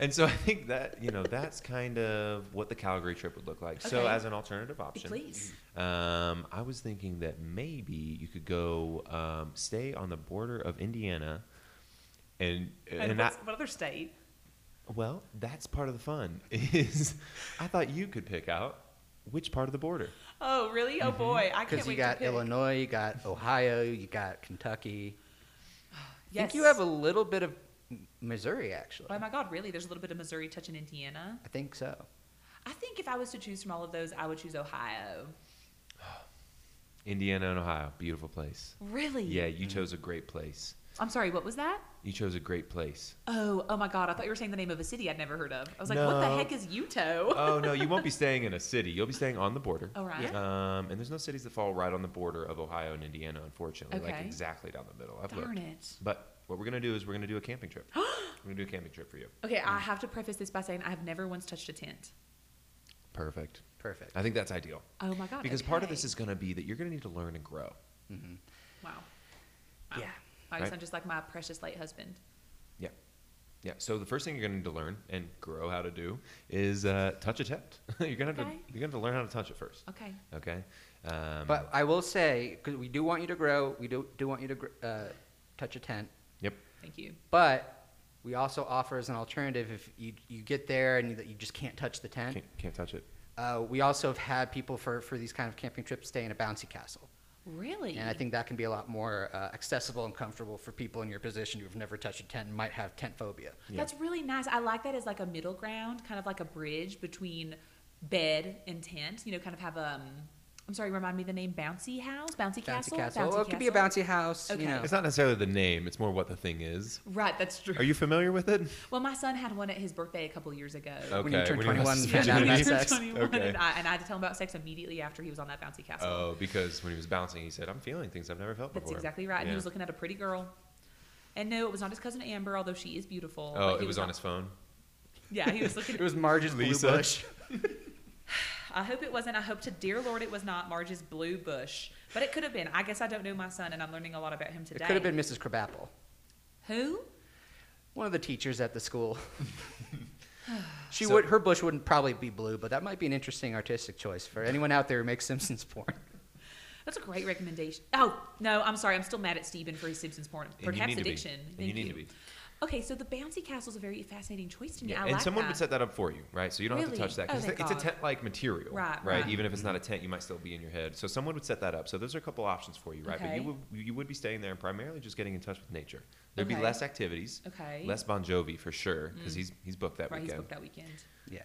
Speaker 3: And so I think that, you know, that's kind of what the Calgary trip would look like. So
Speaker 5: Okay.
Speaker 3: as an alternative option.
Speaker 5: Please.
Speaker 3: Um, I was thinking that maybe you could go um, stay on the border of Indiana and and,
Speaker 5: And,
Speaker 3: I-
Speaker 5: what's, what other state?
Speaker 3: well, that's part of the fun <laughs> is I thought you could pick out which part of the border.
Speaker 5: Oh, really?
Speaker 3: Mm-hmm.
Speaker 5: Oh boy, I can't
Speaker 4: Because
Speaker 5: wait
Speaker 4: you
Speaker 5: to
Speaker 4: got
Speaker 5: pick.
Speaker 4: Illinois, you got Ohio, you got Kentucky. I
Speaker 5: Yes.
Speaker 4: think you have a little bit of M- Missouri actually.
Speaker 5: Oh my God, really? There's a little bit of Missouri touching Indiana.
Speaker 4: I think so.
Speaker 5: I think if I was to choose from all of those, I would choose Ohio.
Speaker 3: Indiana and Ohio, beautiful place.
Speaker 5: Really?
Speaker 3: Yeah, you chose a great place.
Speaker 5: I'm sorry. What was that?
Speaker 3: You chose a great place.
Speaker 5: Oh, oh my God! I thought you were saying the name of a city I'd never heard of. I was like, what the
Speaker 3: No.
Speaker 5: heck is Uto?
Speaker 3: oh no, you won't be staying in a city. You'll be staying on the border.
Speaker 5: All Oh, right.
Speaker 3: Um, and there's no cities that fall right on the border of Ohio and Indiana, unfortunately. Like
Speaker 5: Okay.
Speaker 3: exactly down the middle. I've
Speaker 5: Darn
Speaker 3: looked.
Speaker 5: it.
Speaker 3: But what we're gonna do is we're gonna do a camping
Speaker 5: <gasps>
Speaker 3: trip. we're gonna do a camping trip for you.
Speaker 5: Okay, I have to preface this by saying I have never once touched a tent.
Speaker 3: Perfect.
Speaker 4: Perfect.
Speaker 3: I think that's ideal.
Speaker 5: Oh my God!
Speaker 3: Because part of
Speaker 5: okay.
Speaker 3: this is gonna be that you're gonna need to learn and grow.
Speaker 5: wow. Wow.
Speaker 4: Yeah.
Speaker 5: I guess
Speaker 3: Right.
Speaker 5: I'm just like my precious late husband.
Speaker 3: Yeah. Yeah. So the first thing you're gonna need to learn and grow how to do is uh, touch a tent. <laughs> you're gonna have to
Speaker 5: Okay.
Speaker 3: you're gonna have to learn how to touch it first.
Speaker 5: Okay.
Speaker 3: Okay. Um,
Speaker 4: But I will say, because we do want you to grow, we do do want you to gr- uh, touch a tent.
Speaker 3: Yep.
Speaker 5: Thank you.
Speaker 4: But we also offer as an alternative if you, you get there and you, you just can't touch the tent.
Speaker 3: Can't, can't touch it.
Speaker 4: Uh, we also have had people for, for these kind of camping trips stay in a bouncy castle.
Speaker 5: Really?
Speaker 4: And I think that can be a lot more uh, accessible and comfortable for people in your position who've never touched a tent and might have tent phobia.
Speaker 5: That's really nice. I like that as like a middle ground, kind of like a bridge between bed and tent. You know, kind of have um. I'm sorry, remind me the name. Bouncy house, bouncy, castle,
Speaker 3: Oh,
Speaker 4: well, it could be a
Speaker 5: Castle?
Speaker 4: bouncy house.
Speaker 5: Okay.
Speaker 4: You know.
Speaker 3: It's not necessarily the name. It's more what the thing is.
Speaker 5: Right, that's true.
Speaker 3: Are you familiar with it?
Speaker 5: well, my son had one at his birthday a couple years ago.
Speaker 3: Okay.
Speaker 4: When you turn
Speaker 3: <laughs> when Oh, you
Speaker 4: 21, <laughs>
Speaker 3: lost
Speaker 4: you found out
Speaker 5: When
Speaker 4: about
Speaker 5: he turned
Speaker 4: sex.
Speaker 5: 21,
Speaker 3: Okay.
Speaker 5: and, I, and I had to tell him about sex immediately after he was on that bouncy castle.
Speaker 3: Oh, because when he was bouncing, he said, "I'm feeling things I've never felt
Speaker 5: That's
Speaker 3: before."
Speaker 5: exactly right. And he
Speaker 3: Yeah.
Speaker 5: was looking at a pretty girl. And no, it was not his cousin Amber, although she is beautiful.
Speaker 3: Oh,
Speaker 5: but
Speaker 3: it
Speaker 5: he
Speaker 3: was on
Speaker 5: not-
Speaker 3: his phone.
Speaker 5: Yeah, he was looking.
Speaker 4: It was Marge's
Speaker 3: Lisa.
Speaker 4: blue bush.
Speaker 5: I hope it wasn't. I hope to dear Lord it was not Marge's blue bush, but it could have been. I guess I don't know my son, and I'm learning a lot about him
Speaker 4: It
Speaker 5: today.
Speaker 4: could have been Mrs. Crabapple,
Speaker 5: who?
Speaker 3: <laughs>
Speaker 4: one of the teachers at the school. <laughs> She would her bush wouldn't probably be blue, but that might be an interesting artistic choice for anyone out there who makes Simpsons
Speaker 3: <laughs>
Speaker 4: porn.
Speaker 5: That's a great recommendation. Oh no, I'm sorry. I'm still mad at Steven for his Simpsons porn,
Speaker 3: you
Speaker 5: perhaps
Speaker 3: need to be.
Speaker 5: addiction.
Speaker 3: And
Speaker 5: Thank
Speaker 3: you need to be.
Speaker 5: Okay, so the bouncy castle is a very fascinating choice to me. I
Speaker 3: and
Speaker 5: like
Speaker 3: someone
Speaker 5: that.
Speaker 3: would set that up for you, right? So you don't have to
Speaker 5: Really?
Speaker 3: touch that
Speaker 5: Oh,
Speaker 3: because
Speaker 5: thank
Speaker 3: it's a
Speaker 5: God.
Speaker 3: tent-like material,
Speaker 5: Right, right. Mm-hmm.
Speaker 3: Even if it's not a tent, you might still be in your head. So someone would set that up. So those are a couple options for you, right? But
Speaker 5: Okay.
Speaker 3: you would you would be staying there and primarily just getting in touch with nature. There'd be
Speaker 5: Okay.
Speaker 3: less activities,
Speaker 5: Okay. Mm.
Speaker 3: less Bon Jovi for sure because he's he's booked that
Speaker 5: right, he's
Speaker 3: weekend.
Speaker 5: booked that weekend.
Speaker 4: Yeah.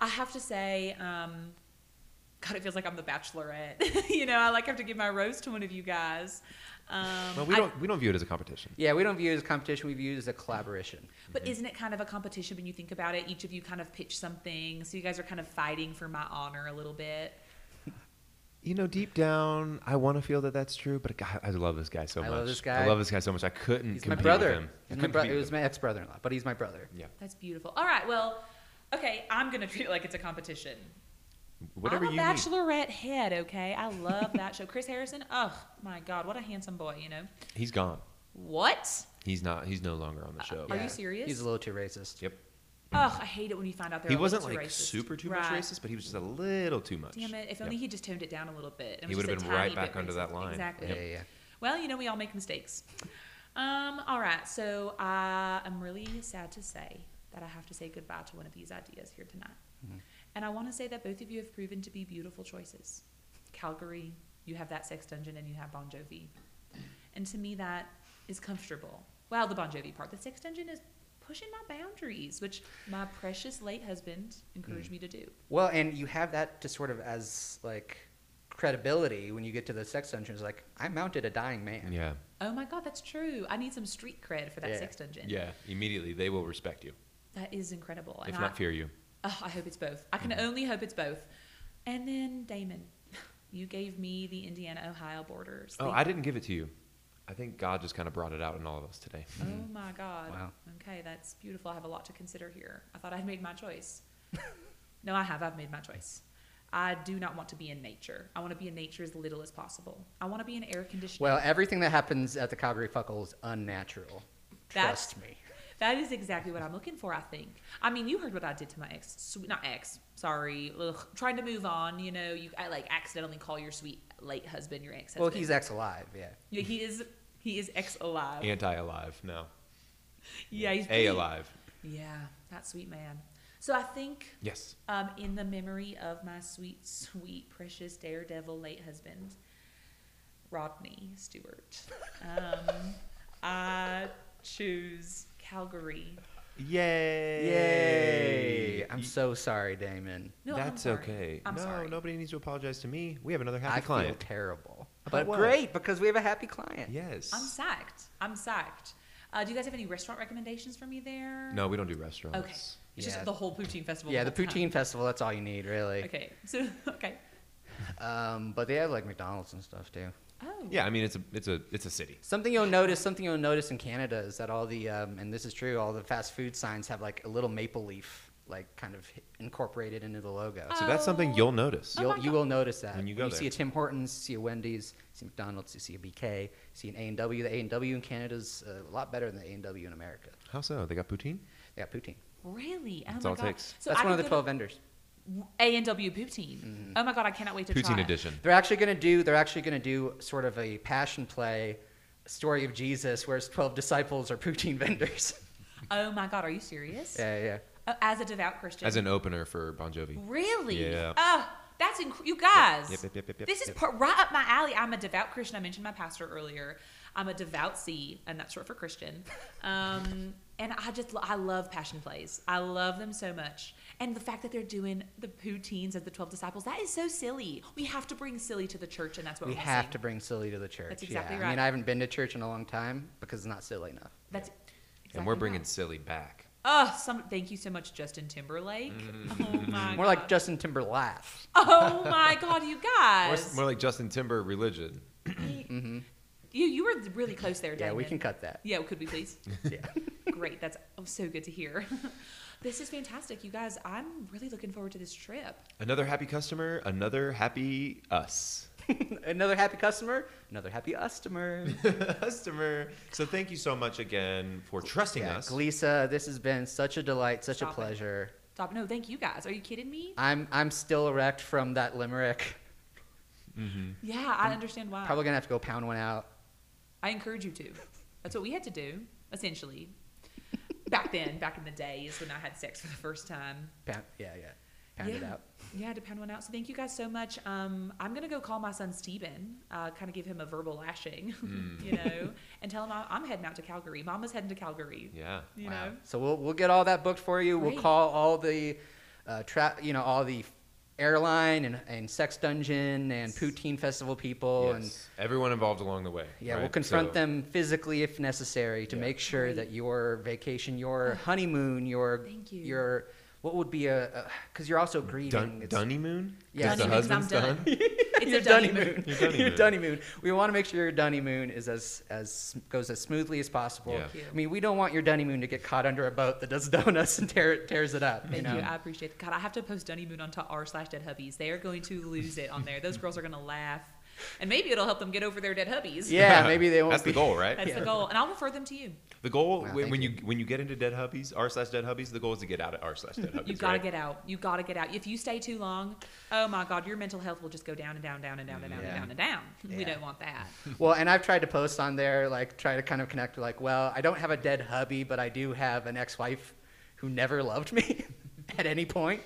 Speaker 5: I have to say, um, God, it feels like I'm the Bachelorette. <laughs> you know, I like have to give my rose to one of you guys. Um,
Speaker 3: Well, we
Speaker 5: I-
Speaker 3: don't we don't view it as a competition.
Speaker 4: Yeah, we don't view it as a competition, we view it as a collaboration.
Speaker 5: But
Speaker 3: Mm-hmm.
Speaker 5: isn't it kind of a competition when you think about it? Each of you kind of pitch something, so you guys are kind of fighting for my honor a little bit.
Speaker 3: You know, deep down, I want to feel that that's true, but God, I love this guy so
Speaker 4: I
Speaker 3: much.
Speaker 4: love this
Speaker 3: I
Speaker 4: guy.
Speaker 3: love this guy so much. I couldn't
Speaker 4: He's my
Speaker 3: compete with
Speaker 4: brother.
Speaker 3: him. I
Speaker 4: He's my brother.
Speaker 3: couldn't compete
Speaker 4: It
Speaker 3: with
Speaker 4: was
Speaker 3: him.
Speaker 4: my ex brother in law, but he's my brother.
Speaker 3: Yeah.
Speaker 5: That's beautiful. All right, well, okay, I'm gonna <laughs> treat it like it's a competition.
Speaker 3: Whatever
Speaker 5: I'm a
Speaker 3: you need.
Speaker 5: Bachelorette head. Okay, I love that show. Chris Harrison. Oh my God, what a handsome boy. You know
Speaker 3: He's gone.
Speaker 5: what?
Speaker 3: He's not. He's no longer on the show.
Speaker 5: Are you serious?
Speaker 4: He's a little too racist.
Speaker 3: Yep.
Speaker 5: Oh, I hate it when you find out they're
Speaker 3: He
Speaker 5: a little
Speaker 3: wasn't
Speaker 5: too
Speaker 3: like
Speaker 5: racist.
Speaker 3: super too much
Speaker 5: Right.
Speaker 3: racist, but he was just a little too much.
Speaker 5: Damn it! If
Speaker 3: Yeah.
Speaker 5: only he just toned it down a little bit.
Speaker 3: He
Speaker 5: would
Speaker 3: would've been
Speaker 5: have
Speaker 3: right back under that line.
Speaker 5: Exactly.
Speaker 4: Yeah, yeah, yeah.
Speaker 5: Well, you know, we all make mistakes. Um, all right, so I am really sad to say that I have to say goodbye to one of these ideas here tonight.
Speaker 3: Mm-hmm.
Speaker 5: And I want to say that both of you have proven to be beautiful choices. Calgary, you have that sex dungeon and you have Bon Jovi. And to me, that is comfortable. Well, the Bon Jovi part. The sex dungeon is pushing my boundaries, which my precious late husband encouraged
Speaker 3: Mm.
Speaker 5: me to do.
Speaker 4: Well, and you have that to sort of as like credibility when you get to the sex dungeons. Like, I mounted a dying man.
Speaker 3: Yeah.
Speaker 5: Oh my God, that's true. I need some street cred for that
Speaker 4: Yeah.
Speaker 5: sex dungeon.
Speaker 3: Yeah. Immediately they will respect you,
Speaker 5: That is incredible.
Speaker 3: if
Speaker 5: I-
Speaker 3: not fear you.
Speaker 5: Oh, I hope it's both. I
Speaker 4: Mm-hmm.
Speaker 5: can only hope it's both. And then Damon, <laughs> you gave me the Indiana Ohio border.
Speaker 3: Oh,
Speaker 5: Sleep-
Speaker 3: I didn't give it to you. I think God just kind of brought it out in all of us <laughs> today.
Speaker 5: Oh my God.
Speaker 4: Wow.
Speaker 5: Okay, that's beautiful. I have a lot to consider here. I thought I'd made
Speaker 4: <laughs>
Speaker 5: my choice. no, I have. I've made my choice. I do not want to be in nature. I want to be in nature as little as possible. I want to be in air conditioning.
Speaker 4: Well, everything that happens at the Calgary Fuckle is unnatural.
Speaker 5: That's-
Speaker 4: Trust me.
Speaker 5: That is exactly what I'm looking for, I think. I mean, you heard what I did to my ex, sweet, not ex, sorry, ugh, trying to move on, you know, you I like accidentally call your sweet late husband your ex
Speaker 4: Well,
Speaker 5: husband.
Speaker 4: he's ex alive. Yeah.
Speaker 5: yeah, he is he is ex alive. Yeah,
Speaker 3: Anti alive. No.
Speaker 5: he's
Speaker 3: A
Speaker 5: pretty-
Speaker 3: alive.
Speaker 5: Yeah, that sweet man. So I think
Speaker 3: Yes.
Speaker 5: um, in the memory of my sweet, sweet, precious daredevil late husband, Rodney Stewart,
Speaker 3: <laughs>
Speaker 5: um, I choose Calgary.
Speaker 3: Yay.
Speaker 4: Yay! I'm so sorry, Damon.
Speaker 5: No, I'm
Speaker 3: That's
Speaker 5: sorry.
Speaker 3: okay.
Speaker 5: I'm
Speaker 3: no,
Speaker 5: sorry.
Speaker 3: nobody needs to apologize to me. We have another happy
Speaker 4: I feel
Speaker 3: client.
Speaker 4: terrible,
Speaker 3: About
Speaker 4: but
Speaker 3: what?
Speaker 4: great because we have a happy client.
Speaker 3: Yes.
Speaker 5: I'm psyched. I'm psyched. Uh, do you guys have any restaurant recommendations for me there?
Speaker 3: no, we don't do
Speaker 5: Okay.
Speaker 3: restaurants.
Speaker 5: It's just
Speaker 4: Yeah.
Speaker 5: the whole poutine festival.
Speaker 4: Yeah, the
Speaker 5: the whole time.
Speaker 4: poutine festival. That's all you need, really.
Speaker 5: Okay. <laughs> So okay.
Speaker 4: Um, but they have like McDonald's and stuff too.
Speaker 5: Oh.
Speaker 3: Yeah, I mean it's a it's a it's a city.
Speaker 4: Something you'll notice, something you'll notice in Canada is that all the, um, and this is true, all the fast food signs have like a little maple leaf, like kind of incorporated into the logo. So
Speaker 3: So that's something
Speaker 5: Oh.
Speaker 3: you'll notice.
Speaker 5: Oh.
Speaker 4: you'll,
Speaker 5: my
Speaker 4: you will notice that
Speaker 3: When you go
Speaker 4: see a
Speaker 3: there.
Speaker 4: Tim Hortons, you see a Wendy's, you see McDonald's, you see a BK, you see an A and W. The A and W in Canada's a lot better than the A and W in America.
Speaker 3: How so? They got poutine?
Speaker 4: They got poutine.
Speaker 5: Really? Oh
Speaker 3: That's
Speaker 5: my
Speaker 3: all it
Speaker 5: God.
Speaker 3: takes.
Speaker 5: So
Speaker 4: that's
Speaker 5: I
Speaker 4: one of the
Speaker 5: could
Speaker 4: twelve Mm-hmm.
Speaker 5: go
Speaker 4: vendors.
Speaker 5: to A and W poutine. Oh my god! I cannot wait to try
Speaker 3: Poutine
Speaker 5: it.
Speaker 3: edition.
Speaker 4: They're actually going to do. They're actually going to do sort of a passion play, story of Jesus, where his twelve disciples are poutine <laughs> vendors.
Speaker 5: Oh my god! Are you serious?
Speaker 4: yeah, yeah.
Speaker 5: Oh, as a devout Christian.
Speaker 3: As an opener for Bon Jovi.
Speaker 5: Really?
Speaker 3: Yeah.
Speaker 5: Oh, that's inc- you guys.
Speaker 3: Yep, yep, yep, yep, yep,
Speaker 5: this is
Speaker 3: yep.
Speaker 5: par- right up my alley. I'm a devout Christian. I mentioned my pastor earlier. I'm a devout C, and that's short for Christian. Um, <laughs> and I just lo- I love passion plays. I love them so much. And the fact that they're doing the poutines as the twelve disciples that is so silly. We have to bring silly to the church, and that's what
Speaker 4: We
Speaker 5: are
Speaker 4: have to bring silly to the church.
Speaker 5: That's exactly
Speaker 4: I mean,
Speaker 5: right.
Speaker 4: I haven't been to church in a long time because it's not silly enough.
Speaker 5: That's
Speaker 3: and we're
Speaker 5: exactly
Speaker 3: bringing
Speaker 5: right.
Speaker 3: silly back.
Speaker 5: Oh, some thank you so much, Justin Timberlake. <laughs> Oh my.
Speaker 4: Mm-hmm. More like
Speaker 5: God.
Speaker 4: Justin Timberlake.
Speaker 5: Oh my God, you
Speaker 3: More,
Speaker 5: guys.
Speaker 4: <laughs>
Speaker 3: more like Justin Timber religion.
Speaker 5: You you were really close there,
Speaker 4: Mm-hmm. Yeah,
Speaker 5: Damon.
Speaker 4: we can cut <laughs> that.
Speaker 5: Yeah, could we please?
Speaker 4: Yeah. <laughs>
Speaker 5: Great. That's oh, so good to hear. <laughs> this is fantastic, you guys. I'm really looking forward to this trip.
Speaker 3: Another happy customer, another happy us. <laughs>
Speaker 4: another happy customer, another happy customer.
Speaker 3: customer. So thank you so much again for trusting
Speaker 4: yeah,
Speaker 3: us.
Speaker 4: Galisa, this has been such a delight, such
Speaker 5: Stop
Speaker 4: a
Speaker 5: it.
Speaker 4: pleasure.
Speaker 5: Stop. No, thank you guys. Are you kidding me?
Speaker 4: I'm I'm still erect from that limerick.
Speaker 5: Yeah, I understand why.
Speaker 4: Probably gonna have to go pound one out.
Speaker 5: I encourage you to. That's what we had to do, essentially. Back then, back in the day, is when I had sex for the first time.
Speaker 4: Pound, yeah, yeah, pound it
Speaker 5: yeah.
Speaker 4: out.
Speaker 5: Yeah, to pound one out. So thank you guys so much. Um, I'm gonna go call my son Steven, uh, kind of give him a verbal lashing, <laughs>
Speaker 4: Mm.
Speaker 5: you know, and tell him I- I'm heading out to Calgary. Mama's heading to Calgary.
Speaker 3: yeah.
Speaker 5: You
Speaker 4: wow.
Speaker 5: know.
Speaker 4: So we'll we'll get all that booked for you.
Speaker 5: Great.
Speaker 4: We'll call all the uh, tra- you know, all the airline and, and sex dungeon and poutine festival people and
Speaker 3: Yes. Everyone involved along the way.
Speaker 4: yeah, we'll
Speaker 3: right?
Speaker 4: confront
Speaker 3: So-
Speaker 4: them physically if necessary to make sure that your vacation, your honeymoon, your
Speaker 5: Thank you.
Speaker 4: your what would be a because you're also grieving.
Speaker 3: Dun-
Speaker 4: It's-
Speaker 3: Dunny Moon?
Speaker 4: Yeah.
Speaker 3: 'Cause the
Speaker 5: Dunny Moon's,
Speaker 3: husband's
Speaker 5: I'm
Speaker 3: done.
Speaker 5: <laughs>
Speaker 4: <laughs>
Speaker 5: It's
Speaker 4: your
Speaker 5: a dunny
Speaker 4: dunny
Speaker 5: moon.
Speaker 4: moon.
Speaker 3: <laughs> Your dunny
Speaker 4: Your
Speaker 3: moon.
Speaker 4: dunny moon. We want to make sure your dunny moon is as as goes as smoothly as possible.
Speaker 3: Yeah.
Speaker 5: Cute.
Speaker 4: I mean, we don't want your dunny moon to get caught under a boat that does <laughs> donuts and tear it tears it up. you
Speaker 5: Thank
Speaker 4: know.
Speaker 5: you. I appreciate it. God, I have to post Dunny Moon onto r slash dead hubbies. They are going to lose it on there. Those girls are going to laugh. And maybe it'll help them get over their dead
Speaker 4: <laughs> <laughs>
Speaker 5: hubbies.
Speaker 4: yeah, maybe they won't.
Speaker 3: That's
Speaker 4: be,
Speaker 3: the
Speaker 4: <laughs>
Speaker 3: goal, right?
Speaker 5: That's the goal. And I'll refer them to you.
Speaker 3: The goal
Speaker 4: Wow,
Speaker 3: when, when you.
Speaker 4: thank
Speaker 3: when you get into dead hubbies, r slash dead hubbies, the goal is to get out of r
Speaker 4: <laughs>
Speaker 3: slash dead hubbies.
Speaker 5: You got to
Speaker 3: right?
Speaker 5: get out. You got to get out. If you stay too long, oh my God, your mental health will just go down and down, down and down and down
Speaker 4: Yeah.
Speaker 5: and down and down. <laughs> We
Speaker 4: Yeah.
Speaker 5: don't want that.
Speaker 4: Well, and I've tried to post on there, like try to kind of connect. Like, well, I don't have a dead hubby, but I do have an ex-wife who never loved me <laughs> at any point.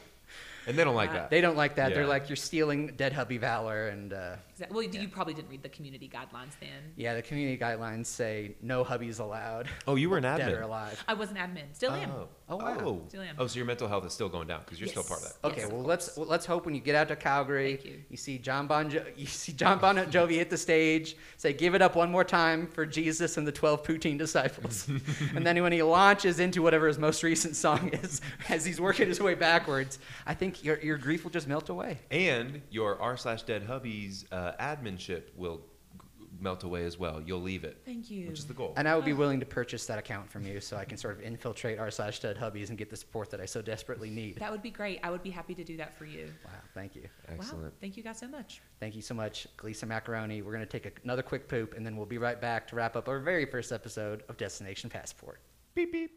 Speaker 3: And they don't like that.
Speaker 4: They don't like that. They're
Speaker 3: Yeah.
Speaker 4: like, you're stealing dead hubby valor, and uh,
Speaker 5: Exa- Well, you probably didn't read the community guidelines then.
Speaker 4: yeah, the community guidelines say no hubbies allowed,
Speaker 3: oh, you were an admin.
Speaker 4: dead or alive.
Speaker 5: I was an admin. Still am.
Speaker 3: Oh.
Speaker 4: Oh, wow.
Speaker 3: Oh.
Speaker 5: Still am.
Speaker 3: oh, so your mental health is still going down because you're still part of
Speaker 5: Yes.
Speaker 3: that.
Speaker 4: Okay,
Speaker 5: Yes, of
Speaker 4: well let's well, let's hope when you get out to Calgary,
Speaker 5: Thank
Speaker 4: you.
Speaker 5: you.
Speaker 4: see John Bon jo- <laughs> you see John Bon Jovi hit the stage, say "Give it up one more time for Jesus and the twelve poutine
Speaker 5: <laughs>
Speaker 4: disciples," and then when he launches into whatever his most recent song is, <laughs> as he's working his way backwards, I think your your grief will just melt away.
Speaker 3: And your r slash dead hubbies uh, adminship will g- melt away as well. You'll leave it,
Speaker 5: Thank you.
Speaker 3: which is the goal.
Speaker 4: And I would be willing to purchase that account from you, so I can sort of infiltrate r slash dead hubbies and get the support that I so desperately need.
Speaker 5: That would be great. I would be happy to do that for you.
Speaker 4: Wow, thank you,
Speaker 5: Wow.
Speaker 3: Excellent.
Speaker 5: Thank you guys so much.
Speaker 4: thank you so much, Glisa Macaroni. We're gonna take another quick poop, and then we'll be right back to wrap up our very first episode of Destination Passport.
Speaker 3: Beep beep.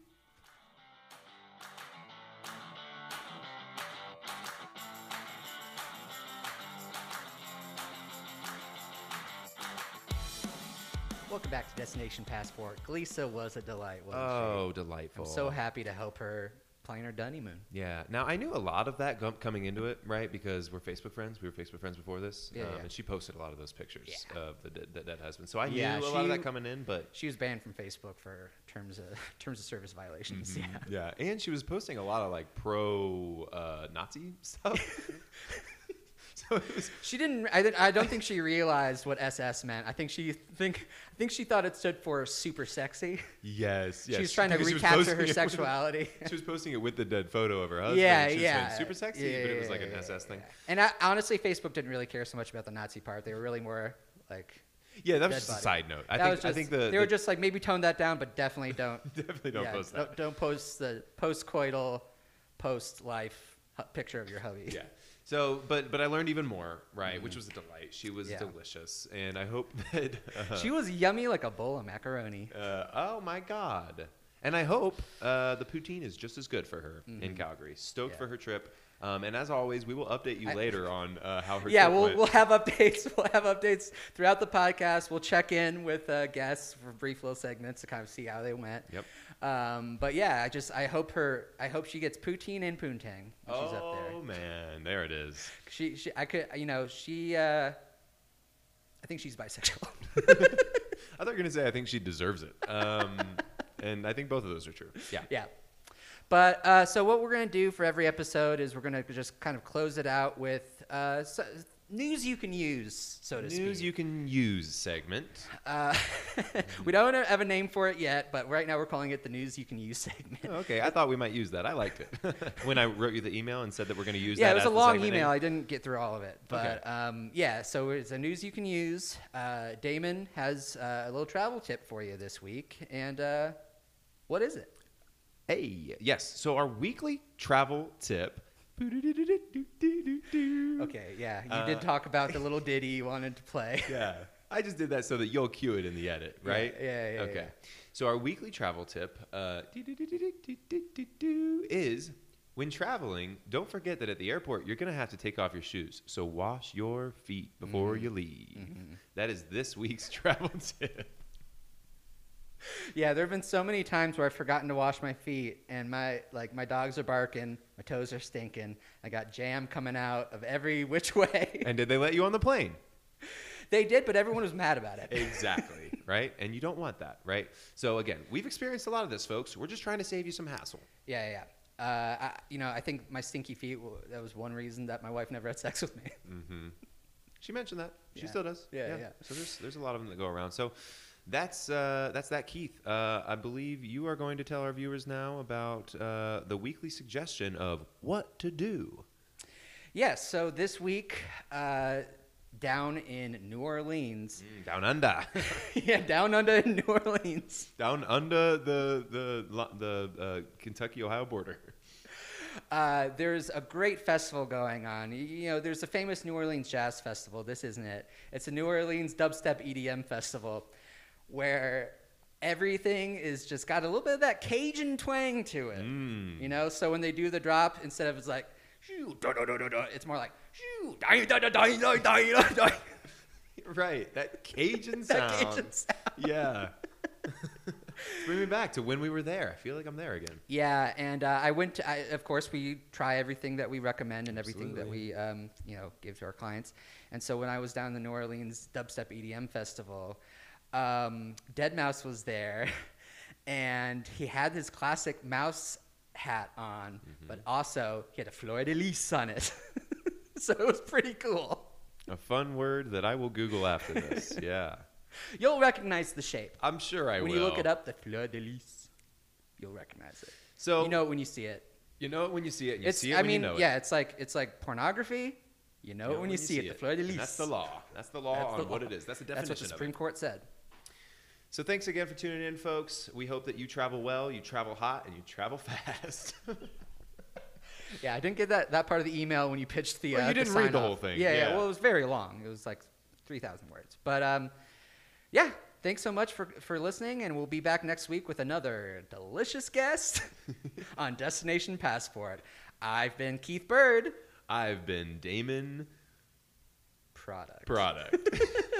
Speaker 4: Welcome back to Destination Passport. Glisa was a delight, wasn't
Speaker 3: Oh,
Speaker 4: she?
Speaker 3: delightful.
Speaker 4: I'm so happy to help her plan her honeymoon.
Speaker 3: Yeah. Now I knew a lot of that gum- coming into it, right? Because we're Facebook friends. We were Facebook friends before this,
Speaker 4: Yeah,
Speaker 3: um,
Speaker 4: yeah.
Speaker 3: and she posted a lot of those pictures
Speaker 4: Yeah.
Speaker 3: of the dead, the dead husband. So I
Speaker 4: Yeah,
Speaker 3: knew a lot of
Speaker 4: she-
Speaker 3: that coming in, but
Speaker 4: She was banned from Facebook for terms of <laughs> terms of service violations. Yeah.
Speaker 3: yeah, and she was posting a lot of like pro uh, Nazi stuff.
Speaker 4: <laughs>
Speaker 3: <laughs> so it was
Speaker 4: She didn't. I, didn't- I don't think she realized what SS meant. I think she think I think she thought it stood for super sexy.
Speaker 3: yes, yes.
Speaker 4: she was trying to
Speaker 3: because she was
Speaker 4: recapture her
Speaker 3: <laughs> posting it with-
Speaker 4: sexuality.
Speaker 3: She was posting it with the dead photo of her husband.
Speaker 4: yeah,
Speaker 3: She was
Speaker 4: yeah.
Speaker 3: saying, Super sexy,
Speaker 4: Yeah,
Speaker 3: but it was
Speaker 4: yeah,
Speaker 3: like an
Speaker 4: yeah,
Speaker 3: SS thing.
Speaker 4: yeah. And I, honestly, Facebook didn't really care so much about the Nazi part. They were really more like.
Speaker 3: Yeah, that was
Speaker 4: dead
Speaker 3: just a
Speaker 4: body.
Speaker 3: side note. I
Speaker 4: That
Speaker 3: think
Speaker 4: was
Speaker 3: I
Speaker 4: just-
Speaker 3: think the,
Speaker 4: they were
Speaker 3: the-
Speaker 4: just like maybe tone that down, but definitely don't
Speaker 3: <laughs> definitely don't
Speaker 4: yeah,
Speaker 3: post that.
Speaker 4: Don't, don't post the post-coital, post-life hu- picture of your hubby.
Speaker 3: yeah. So, but but I learned even more, right? Which was a delight. She was
Speaker 4: Mm-hmm. Yeah.
Speaker 3: delicious, and I hope <laughs> that.
Speaker 4: <laughs>
Speaker 3: Uh,
Speaker 4: She was yummy like a bowl of macaroni.
Speaker 3: uh, oh my God! And I hope uh, the poutine is just as good for her in Calgary. Stoked
Speaker 4: Mm-hmm. Yeah.
Speaker 3: for her trip. Um, and as always, we will update you
Speaker 4: I-
Speaker 3: later on uh, how her
Speaker 4: yeah,
Speaker 3: trip
Speaker 4: we'll,
Speaker 3: went.
Speaker 4: we'll have updates. <laughs> We'll have updates throughout the podcast. We'll check in with uh, guests for brief little segments to kind of see how they went.
Speaker 3: Yep.
Speaker 4: Um, but yeah, I just I hope her I hope she gets poutine and poontang when she's up there.
Speaker 3: oh man, there it is.
Speaker 4: She she I could you know she uh, I think she's
Speaker 3: <laughs>
Speaker 4: bisexual.
Speaker 3: I thought you were gonna say I think she deserves it. <laughs> Um, and I think both of those are true. Yeah.
Speaker 4: Yeah. But uh, so what we're gonna do for every episode is we're gonna just kind of close it out with uh, so, news you can use, so to
Speaker 3: News
Speaker 4: speak.
Speaker 3: you can use segment.
Speaker 4: uh, <laughs> we don't have a name for it yet, but right now we're calling it the news you can use segment. <laughs>
Speaker 3: Oh, Okay, I thought we might use that. I liked it. <laughs> when I wrote you the email and said that we're going to use
Speaker 4: yeah,
Speaker 3: that.
Speaker 4: it was
Speaker 3: as
Speaker 4: a
Speaker 3: the
Speaker 4: long
Speaker 3: segment name.
Speaker 4: email. I didn't get through all of it, but um, yeah. So it's a news you can use. Uh, Damon has uh, a little travel tip for you this week, and uh, what is it?
Speaker 3: Hey, yes. So our weekly travel tip.
Speaker 4: Okay, yeah, you did talk about the little ditty you wanted to play. <laughs>
Speaker 3: Yeah. I just did that so that you'll cue it in the edit, right?
Speaker 4: yeah, yeah,
Speaker 3: Okay.
Speaker 4: yeah.
Speaker 3: So our weekly travel tip uh, is when traveling, don't forget that at the airport you're going to have to take off your shoes. So wash your feet before you leave. That is this week's <laughs> travel tip.
Speaker 4: Yeah, there have been so many times where I've forgotten to wash my feet, and my like my dogs are barking, my toes are stinking. I got jam coming out of every <laughs> which way.
Speaker 3: And did they let you on the plane?
Speaker 4: they did, but everyone was mad about
Speaker 3: <laughs>
Speaker 4: it.
Speaker 3: Exactly, right? And you don't want that, right? So again, we've experienced a lot of this, folks. We're just trying to save you some hassle.
Speaker 4: <laughs> Yeah, yeah. yeah. Uh, I, you know, I think my stinky feet. w- That was one reason that my wife never had sex with me. <laughs>
Speaker 3: She mentioned that. She
Speaker 4: Yeah.
Speaker 3: still does.
Speaker 4: Yeah, yeah.
Speaker 3: So there's there's a lot of them that go around. So that's uh, that's that, Keith. Uh, I believe you are going to tell our viewers now about uh, the weekly suggestion of what to do.
Speaker 4: Yes. so this week, uh, down in New Orleans,
Speaker 3: Down under, <laughs>
Speaker 4: <laughs> yeah, down under in New Orleans,
Speaker 3: down under the the lo- the uh, Kentucky Ohio border.
Speaker 4: uh, there's a great festival going on. Y- You know, there's a famous New Orleans Jazz Festival. This isn't it. It's a New Orleans Dubstep EDM Festival, where everything is just got a little bit of that Cajun twang to it. You know, so when they do the drop, instead of it's like, "Shoo, da, da, da, da, da," it's more like, "Shoo, da, da, da, da, da, da, da."
Speaker 3: <laughs> Right, that Cajun
Speaker 4: <laughs> That
Speaker 3: sound.
Speaker 4: Cajun sound.
Speaker 3: <laughs> Yeah. Bring me back to when we were there. I feel like I'm there again.
Speaker 4: Yeah, and uh, I went. To, I, of course, we try everything that we recommend and everything
Speaker 3: Absolutely.
Speaker 4: that we, um, you know, give to our clients. And so when I was down in the New Orleans Dubstep EDM Festival, um, Dead Mouse was there, <laughs> and he had his classic mouse hat on,
Speaker 3: Mm-hmm.
Speaker 4: but also he had a fleur de lis on it, <laughs> so it was pretty cool.
Speaker 3: A fun word that I will Google
Speaker 4: <laughs>
Speaker 3: after this. Yeah,
Speaker 4: You'll recognize the shape
Speaker 3: I'm sure I
Speaker 4: when
Speaker 3: will.
Speaker 4: you look it up. The fleur de lis, you'll recognize it.
Speaker 3: So
Speaker 4: you know it when you see it.
Speaker 3: You know it when you see it. And you
Speaker 4: it's,
Speaker 3: see it
Speaker 4: I
Speaker 3: when
Speaker 4: mean,
Speaker 3: you know it.
Speaker 4: yeah, it's like it's like pornography. You know, it when you, see it, the fleur de
Speaker 3: And
Speaker 4: lis.
Speaker 3: That's the law. That's the law
Speaker 4: That's
Speaker 3: on
Speaker 4: the
Speaker 3: what
Speaker 4: law.
Speaker 3: it is. That's the
Speaker 4: That's
Speaker 3: definition
Speaker 4: what the Supreme
Speaker 3: of it.
Speaker 4: Court said.
Speaker 3: So thanks again for tuning in, folks. We hope that you travel well, you travel hot, and you travel
Speaker 4: <laughs>
Speaker 3: <laughs> fast.
Speaker 4: Yeah, I didn't get that, that part of the email when you pitched the.
Speaker 3: Well,
Speaker 4: uh,
Speaker 3: you didn't read
Speaker 4: sign
Speaker 3: the whole
Speaker 4: off.
Speaker 3: thing,
Speaker 4: Yeah, yeah,
Speaker 3: yeah.
Speaker 4: Well, it was very long. It was like three thousand words. But um, yeah, thanks so much for for listening, and we'll be back next week with another delicious
Speaker 3: <laughs>
Speaker 4: guest on Destination Passport. I've been Keith Bird.
Speaker 3: I've been Damon
Speaker 4: Product
Speaker 3: Product.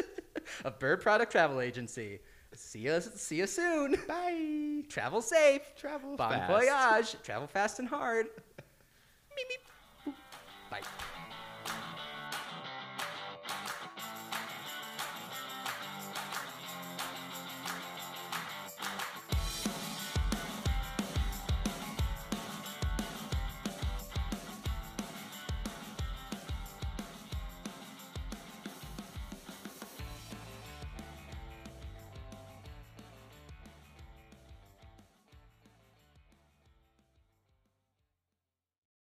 Speaker 4: <laughs> of Bird Product Travel Agency. See you, see you soon.
Speaker 3: <laughs> Bye.
Speaker 4: Travel safe.
Speaker 3: Travel
Speaker 4: Bon <laughs>
Speaker 3: fast.
Speaker 4: voyage. Travel fast and hard. Meep, meep. Bye.